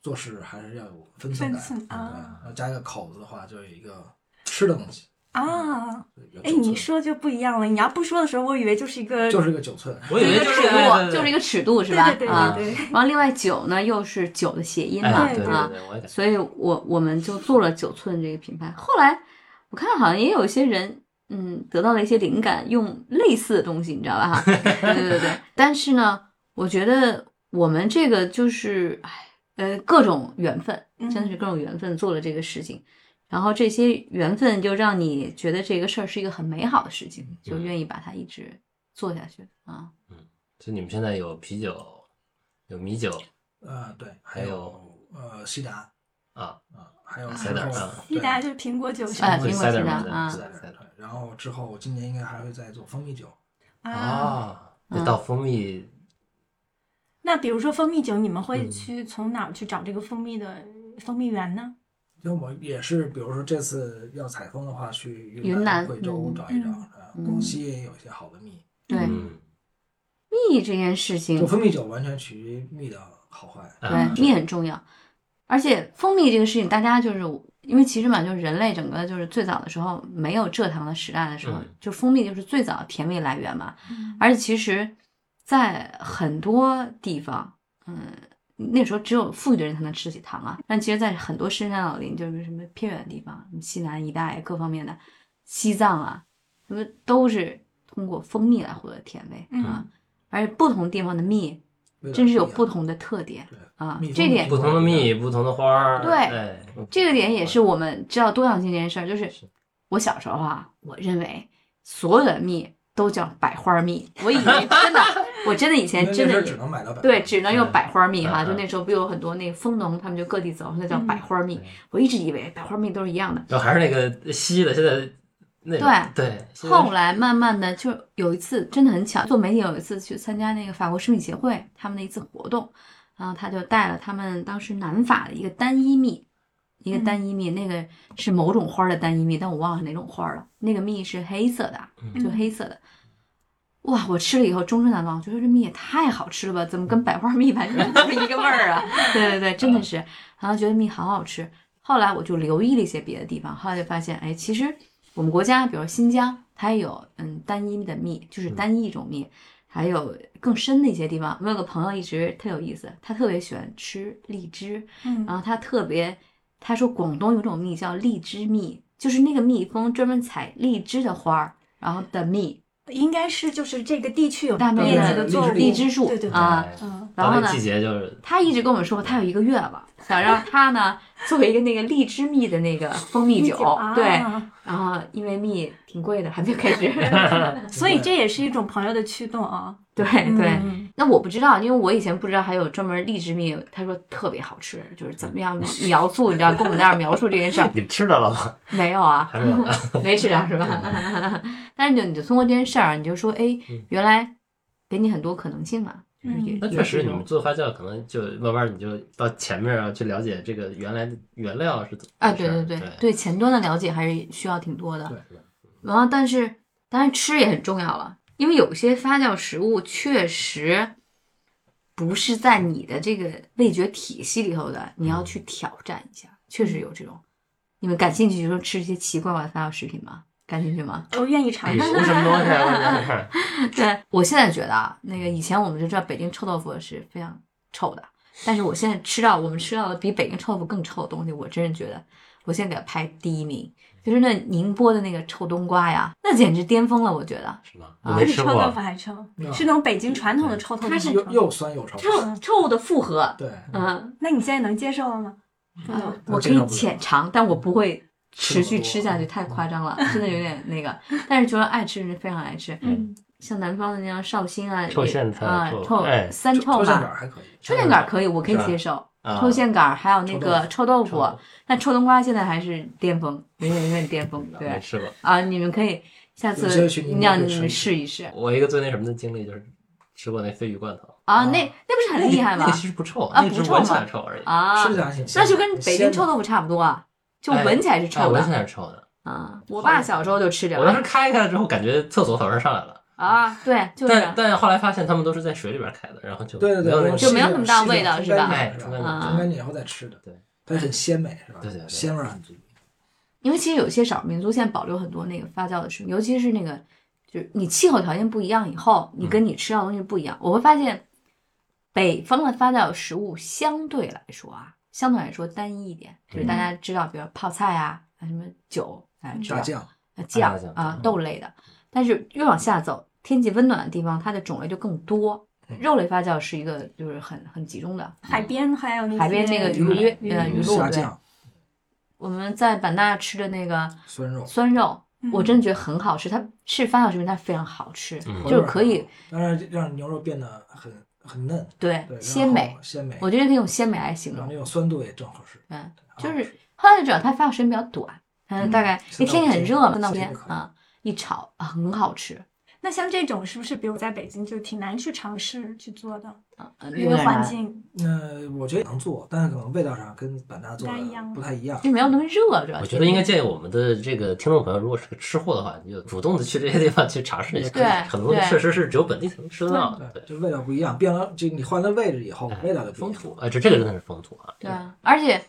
D: 做事还是要有分寸感，
E: 分寸啊
D: 对然后加一个口字的话就有一个吃的东西，
E: 啊，
D: 有
E: 哎，
D: 九
E: 你
D: 寸
E: 一说就不一样了。你要不说的时候，我以为就是一个
D: 就是一个九寸，
B: 我以为
C: 一个
B: 就是
C: 尺度，就是一
B: 对
C: 个尺度，是
E: 对
C: 吧？
E: 对对
C: 啊，
E: 对对，
C: 然后另外九呢，又是九的谐音
B: 哎
C: 嘛，
B: 对对
C: 啊，
B: 对，我也感觉
C: 所以我我们就做了九寸这个品牌。后来我看好像也有一些人，嗯，得到了一些灵感，用类似的东西，你知道吧？哈，对对对对。但是呢，我觉得我们这个就是，哎，呃，各种缘分，
E: 嗯
C: 真的是各种缘分做了这个事情。然后这些缘分就让你觉得这个事儿是一个很美好的事情，就愿意把它一直做下去啊。
B: 就你们现在有啤酒，有米酒
D: 呃，对，还
B: 还
D: 有呃西达
B: 啊，
D: 啊，还有
B: 塞
D: 之
B: 点儿
D: 后
B: 啊
E: 一
D: 对
E: 达就是苹果酒是
C: 哎
E: 吧
C: 苹
B: 对
C: 果
B: 塞点
C: 西
B: 儿
C: 达
B: 对
C: 啊
D: 对
B: 塞点儿
D: 对，然后之后今年应该还会再做蜂蜜酒，
E: 啊。
B: 啊，
C: 嗯
B: 得倒蜂蜜
E: 那比如说蜂蜜酒，你们会
B: 嗯
E: 去从哪儿去找这个蜂蜜的蜂蜜源呢？
D: 因为我也是，比如说这次要采风的话，去
C: 云南
D: 贵州
C: 嗯
D: 找一找，
E: 嗯
D: 啊
C: 嗯
D: 广西也有一些好的蜜，
C: 对，
B: 嗯，
C: 蜜这件事情
D: 就蜂蜜酒完全取决于蜜的好坏。
B: 啊
C: 对，蜜很重要。而且蜂蜜这个事情，大家就是因为其实嘛，就是人类整个就是最早的时候没有蔗糖的时代的时候，
B: 嗯
C: 就蜂蜜就是最早的甜味来源嘛。
E: 嗯
C: 而且其实，在很多地方，嗯，那时候只有富裕的人才能吃起糖啊。但其实，在很多深山老林，就是什么偏远的地方，什么西南一带各方面的，西藏啊，什么都是通过蜂蜜来获得甜味
B: 嗯
C: 啊。
E: 嗯
C: 而且不同地方的蜜
D: 味道
C: 真是有
D: 一样
C: 不同的特点。
D: 对
C: 啊
D: 蜜蜂
C: 这点
B: 不同的蜜，不同的花儿，
C: 对
B: 哎，
C: 这个点也是我们知道多样性这件事儿，就是
B: 是
C: 我小时候啊，我认为所有的蜜都叫百花蜜，我以为真的，我真的以前
D: 那
C: 真
D: 那
C: 的
D: 时候
C: 也
D: 只能买到百
C: 对，只能用百花蜜哈，
B: 嗯
C: 就
B: 嗯
C: 那时候不有很多那个蜂农，他们就各地走，那叫
E: 嗯
C: 百花蜜
B: 对。
C: 我一直以为百花蜜都是一样的，
B: 然后还是那个稀的，现在那个对对，现在
C: 后来慢慢的，就有一次真的很巧，做媒体有一次去参加那个法国食品协会他们的一次活动，然后他就带了他们当时南法的一个单一蜜，一个
E: 嗯
C: 单一蜜，那个是某种花的单一蜜，但我忘了哪种花了。那个蜜是黑色的啊，
B: 嗯
C: 就黑色的。哇！我吃了以后终身难忘，我觉得这蜜也太好吃了吧，怎么跟百花蜜完全不是一个味儿啊？ 对对对，真的是，然后觉得蜜好好吃。后来我就留意了一些别的地方，后来就发现，哎，其实我们国家，比如新疆，它也有嗯单一的蜜，就是单一一种蜜，还有更深的一些地方。我有个朋友一直特有意思，他特别喜欢吃荔枝，
E: 嗯
C: 然后他特别他说广东有种蜜叫荔枝蜜，就是那个蜜蜂专门采荔枝的花儿，然后的蜜，
E: 应该是就是这个地区有
C: 大面
E: 面积
C: 积
E: 的
C: 的
E: 作物，
C: 荔枝树
E: 对对对，
C: 啊。
B: 对
E: 嗯
C: 然后
B: 到
C: 呢
B: 那哎季节就是
C: 他一直跟我说，他有一个愿望，想让他 呢做一个那个荔枝蜜的那个蜂蜜酒，
E: 啊
C: 对。然后因为蜜挺贵的，还没有开始。
E: 所以这也是一种朋友的驱动啊。
C: 对对、
E: 嗯
C: 那我不知道，因为我以前不知道还有专门荔枝蜜，他说特别好吃，就是怎么 样描述，你知道，跟我们那儿描述这件事儿
B: 你吃到了吗？
C: 没有 啊，
B: 还是有的
C: 没吃着是吧？ 但是就你就通过这件事儿，你就说，哎，原来给你很多可能性嘛。就是也
E: 嗯
B: 那
C: 也
B: 确
C: 是
B: 实，
C: 一
B: 你
C: 种
B: 们做发酵可能就慢慢你就到前面啊去了解这个原来的原料嗯是怎么
C: 啊，
B: 回
C: 对
B: 事儿
C: 对
B: 对
C: 对对，前端的了解还是需要挺多的。
D: 对
C: 然后，但是当然吃也很重要了，因为有些发酵食物确实不是在你的这个味觉体系里头的，你要去挑战一下，确实有这种。你们感兴趣就说吃一些奇怪怪的发酵食品吗？感兴趣吗？
E: 我愿意尝
C: 哎
B: 你
E: 试。
B: 是什么东西啊？
C: 对我现在觉得啊，那个以前我们就知道北京臭豆腐是非常臭的，但是我现在吃到我们吃到的比北京臭豆腐更臭的东西，我真是觉得我现在给它排第一名，就是那宁波的那个臭冬瓜呀，那简直巅峰了，我觉得。
B: 是吗？我
C: 啊
E: 那
B: 没
E: 比
B: 吃
E: 臭豆
B: 过
E: 腐，还臭，
D: 嗯
E: 是那种北京传统的臭豆腐。
C: 它是
D: 又又酸又臭。
C: 臭臭的复合，
D: 对，
C: 嗯，
E: 那你现在能接受了吗？
C: 啊
D: 那
C: 我可
D: 这个
C: 以
D: 不
C: 浅
D: 行
C: 尝，但我不会持
D: 吃
C: 续
D: 那么多嗯
C: 吃下去，太夸张了，真的有点那个。但是觉得爱吃人非常爱吃，
E: 嗯，
C: 像南方的那样绍兴啊，
B: 臭
C: 也
B: 苋菜
C: 啊，
B: 臭
C: 臭
B: 哎
C: 三臭
D: 抽象杆
C: 吧，
D: 儿还可以，
C: 臭苋杆儿可以，我可以接受。
B: 啊
C: 臭苋杆儿还有那
D: 臭
C: 个臭豆
D: 臭
C: 腐，但臭冬瓜现在还是巅峰，永远永远巅峰。
B: 没
C: 对
B: 吃过。
C: 啊，你们可以下次
D: 有些去宁波
C: 让
D: 可以
C: 你
D: 吃
C: 们
D: 一
C: 试一试
B: 我一个最那什么的经历就是吃过那鲱鱼罐头，
C: 啊，
D: 啊
C: 那那不是很厉害吗
B: 那？其实不臭，
C: 啊
B: 那只
C: 不
B: 是
C: 臭
B: 闻起
C: 吗
B: 来臭而已。
C: 啊，
D: 吃起来挺鲜
C: 那
D: 的。
C: 就跟北京臭
D: 豆
C: 豆腐差不多啊，就
B: 哎
C: 闻起来是
B: 哎，
C: 臭
B: 闻起
C: 的
B: 来是臭的。
C: 啊。我爸小时候就吃这
B: 我当时
C: 玩意
B: 开开了之后，感觉厕所反而上来了，
C: 啊，对，就是
B: 但但后来发现他们都是在水里边开的，然后就
D: 对对
B: 没有那
D: 对，
B: 种
C: 就没有那么大味道是吧
B: 哎
D: 冲
B: 冲干净
D: 干净，
C: 啊
D: 冲干净以后再吃的，
B: 对，
D: 它很鲜美是吧？
B: 对对对
D: 鲜味儿很足。
C: 因为其实有些少数民族现在保留很多那个发酵的食品，尤其是那个就是你气候条件不一样以后，你跟你吃到的东西不一样，我会发现北方的发酵食物相对来说啊，相对来说单一一点，就是大家知道，比如泡菜啊，啊什么酒，大家知
D: 炸
C: 道
D: 酱，
C: 啊酱
B: 酱
C: 啊
B: 嗯
C: 豆类的，但是越往下走，天气温暖的地方，它的种类就更多。肉类发酵是一个就是很很集中的，
E: 海边还有那些
C: 海边那个
D: 鱼露
C: 鱼
E: 鱼
C: 呃鱼
E: 露
C: 露
D: 虾
C: 对，
D: 酱、
C: 我们在版纳吃的那个
D: 酸肉，
C: 酸肉，
E: 嗯
C: 我真的觉得很好吃。它是发酵食品，它非常好吃，
B: 嗯
C: 就是可以
D: 当然让牛肉变得很很嫩，
C: 对
D: 对，
C: 鲜美，，
D: 鲜美，
C: 我觉得可以用鲜美来形
D: 然后
C: 容
D: 那。种酸度也正合适，
C: 嗯，
D: 啊
C: 就是后来就知道它发酵时间比较短，嗯，
D: 嗯
C: 大概因为天气很热嘛，三
D: 三
C: 到
D: 到
C: 五
D: 五
C: 天
D: 天
C: 啊，一炒啊很好吃。
E: 那像这种是不是比如在北京就挺难去尝试去做的？
C: 啊嗯
E: 因
C: 有
E: 为
C: 点
E: 环
C: 难
E: 境
D: 那我觉得能做，但是可能味道上跟版纳做
E: 不太一
D: 的
E: 样
D: 不太一样。
C: 就没有那么热，主要
B: 我
C: 是
B: 觉得应该建议我们的这个听众朋友，如果是个吃货的话，你就主动的去这些地方去尝试一下，
D: 对
B: 很多东西确实是只有本地才能吃得到
C: 嗯
B: 的，
D: 对，
B: 对，
D: 就是味道不一样，变了，就你换了位置以后
B: 哎，
D: 味道就不
B: 风
D: 一样
B: 土，哎，这这个真的是风土啊，
C: 对啊，而且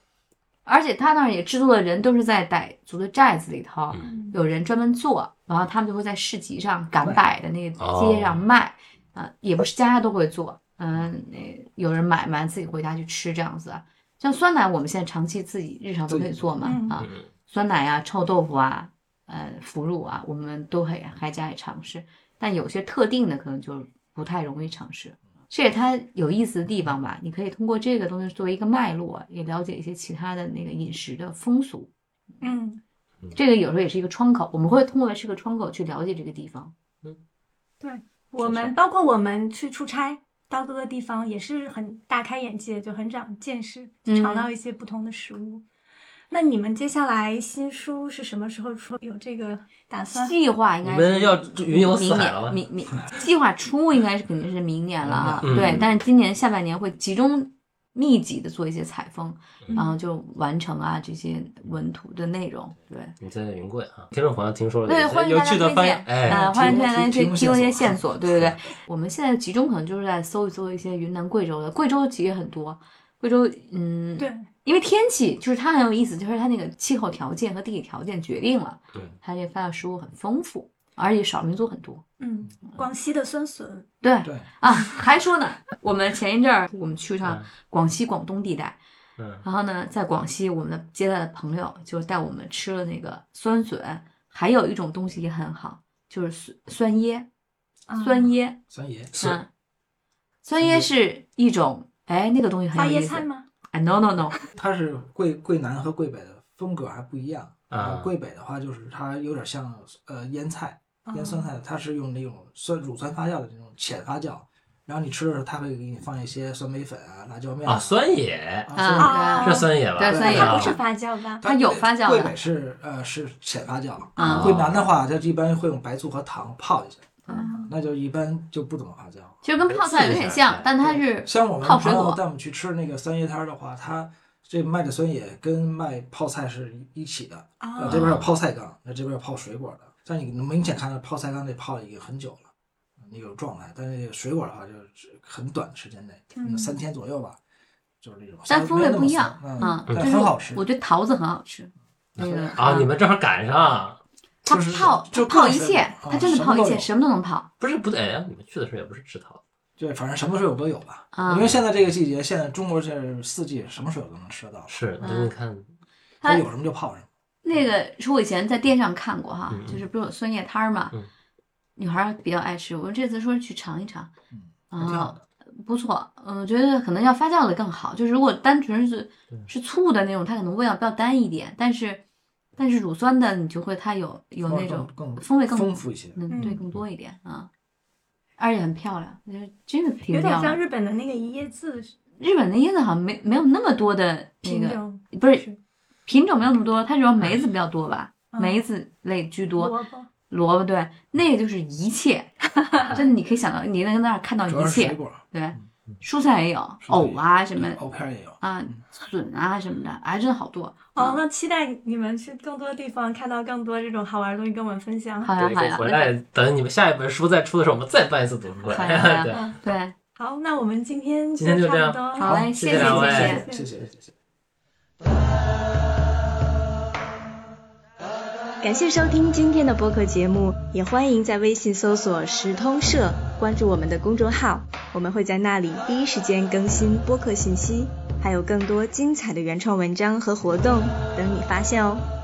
C: 而且他那儿也制作的人都是在傣族的寨子里头，
E: 嗯
C: 有人专门做，然后他们就会在市集上赶摆的那个
B: 哦
C: 街上卖，啊、也不是家家都会做，嗯，那有人买完自己回家去吃这样子。像酸奶，我们现在长期自己日常都可以做嘛，
E: 嗯
C: 啊，
B: 嗯
C: 酸奶啊、臭豆腐啊、呃、腐乳啊，我们都还还加以尝试，但有些特定的可能就不太容易尝试。这也它有意思的地方吧，你可以通过这个东西作为一个脉络，也了解一些其他的那个饮食的风俗。
E: 嗯，
C: 这个有时候也是一个窗口，我们会通过这个窗口去了解这个地方。
E: 对，我们包括我们去出差到各个地方也是很大开眼界，就很长见识，
C: 嗯
E: 尝到一些不同的食物。那你们接下来新书是什么时候出？有这个打算？
C: 计划应该
B: 你们要
C: 是
B: 云游
C: 明
B: 四海了吗
C: 年，明明计划出应该是肯定是明年了啊。
B: 嗯
C: 对，但是今年下半年会集中密集的做一些采风，
B: 嗯
C: 然后就完成啊这些文图的内容。对，
B: 你在云贵啊，听众朋友听说了
C: 对，
B: 有
C: 欢
B: 些
C: 迎
B: 有
C: 大家
B: 趣的
C: 推
B: 方向，，
C: 荐
B: 哎
C: 呃，，欢迎大家
D: 提
C: 去
D: 供
C: 提供一些
D: 线
C: 线索，对对对。我们现在集中可能就是在搜一搜一些云南、贵州的，贵州其实也很多。贵州，嗯，
E: 对，
C: 因为天气就是它很有意思，就是它那个气候条件和地理条件决定了，
B: 对，
C: 它这发酵食物很丰富，而且少民族很多。
E: 嗯，广西的酸笋，
C: 对
D: 对，
C: 啊，还说呢，我们前一阵儿我们去趟广西广东地带，
B: 嗯，
C: 然后呢，在广西我们接待的朋友就带我们吃了那个酸笋，还有一种东西也很好，就是酸酸椰，
E: 啊
C: 酸椰，
D: 三爷
B: 是
C: 嗯，酸椰是一种，哎，那个东西
E: 花
C: 很有
E: 椰
C: 意思
E: 菜。吗？
C: 哎，no no no，
D: 它是桂桂南和桂北的风格还不一样
B: 啊
D: 桂北的话就是它有点像呃腌菜、
C: 哦
D: 腌酸
E: 啊
D: 菜，它是用那种酸乳酸发酵的这种浅发酵，然后你吃的时候，它会给你放一些酸梅粉啊、辣椒面
B: 啊，酸野
D: 啊
C: 啊
D: 酸
E: 啊
B: 是酸野吧？
C: 嗯对酸
E: 那
C: 野
E: 它
B: 啊
E: 不是发酵吧？
C: 它有发酵的
D: 桂北是呃是浅发酵，
B: 哦
C: 啊
D: 桂南的话，它一般会用白醋和糖泡一下，
C: 嗯
D: 那就一般就不怎么发酵。
C: 其实跟泡菜有点像，但它是
D: 像我们
C: 泡水
D: 朋友
C: 果
D: 带我们去吃那个三叶摊儿的话，它这卖的酸野跟卖泡菜是一起的，呃
E: 啊
D: 这，边有泡菜缸，那这边有泡水果的，但你能明显看到泡菜缸这泡已经很久了，那个状态，但是这个水果的话就是很短的时间内，
E: 嗯
D: 三天左右吧，就是那种。
C: 但风味不一样
D: 没有那么
C: 啊
D: 酸，嗯，
C: 就
D: 但
C: 是
D: 很好吃。
C: 我觉得桃子很好吃，那个
B: 啊，你们正好赶上，
C: 它
D: 就是
C: 泡
D: 就
C: 它泡
D: 各
C: 一
D: 式
C: 切
D: 啊，
C: 它真的泡一切，
D: 什
C: 什么都能泡。
B: 不是不对，哎你们去的时候也不是吃桃子，
D: 对，反正什么水果都有吧，
C: 啊
D: 因为现在这个季节，现在中国这四季什么水果都能吃得到，
B: 是，
C: 嗯
B: 你看，
C: 它
D: 它有什么就泡什么。
C: 那个是我以前在店上看过哈
B: 嗯嗯，
C: 就是不是有酸叶摊儿嘛
B: 嗯，
C: 女孩儿比较爱吃，我这次说去尝一尝，
D: 还嗯挺好
C: 啊
D: 的，
C: 不错，嗯，我觉得可能要发酵的更好。就是如果单纯是是醋的那种，它可能味道比较单一点，但是但是乳酸的你就会它有有那种
D: 更更
C: 风味更
D: 丰富一些。
C: 嗯，
E: 嗯
C: 对，更多一点啊，而且很漂亮，就是真的挺
E: 有点
C: 漂
E: 像
C: 亮。
E: 日本的那个一叶子
C: 日本的椰子好像没没有那么多的那
E: 品
C: 个，
E: 种，
C: 不是
E: 是
C: 品种没有那么多，它主要梅子比较多吧，
E: 嗯
C: 梅子类居多，
E: 萝卜，
C: 萝卜对，那个就是一切， 真的你可以想到，你能在那儿看到
D: 主
C: 嗯
D: 要
C: 一
D: 是水
C: 切，
D: 果，
C: 对，蔬菜也有，
D: 蔬菜嗯
C: 藕啊什么
D: 藕片儿也有。
C: 啊，笋啊什么的，哎，真的好多，
E: 哦，那期待你们去更多地方看到更多这种好玩的东西，跟我们分享。
C: 好呀
B: 对，
C: 啊好呀，
B: 回来等你们下一本书再出的时候，我们再办一次读书会。
C: 好呀好呀
B: 对，
C: 对，
E: 好，那我们今天
B: 今天就
E: 差不
B: 这样
E: 多
C: 好嘞，
B: 谢
C: 谢
B: 谢两位
C: 谢。
D: 谢谢谢谢。
A: 感谢收听今天的播客节目，也欢迎在微信搜索“时通社”，关注我们的公众号，我们会在那里第一时间更新播客信息，还有更多精彩的原创文章和活动等你发现哦。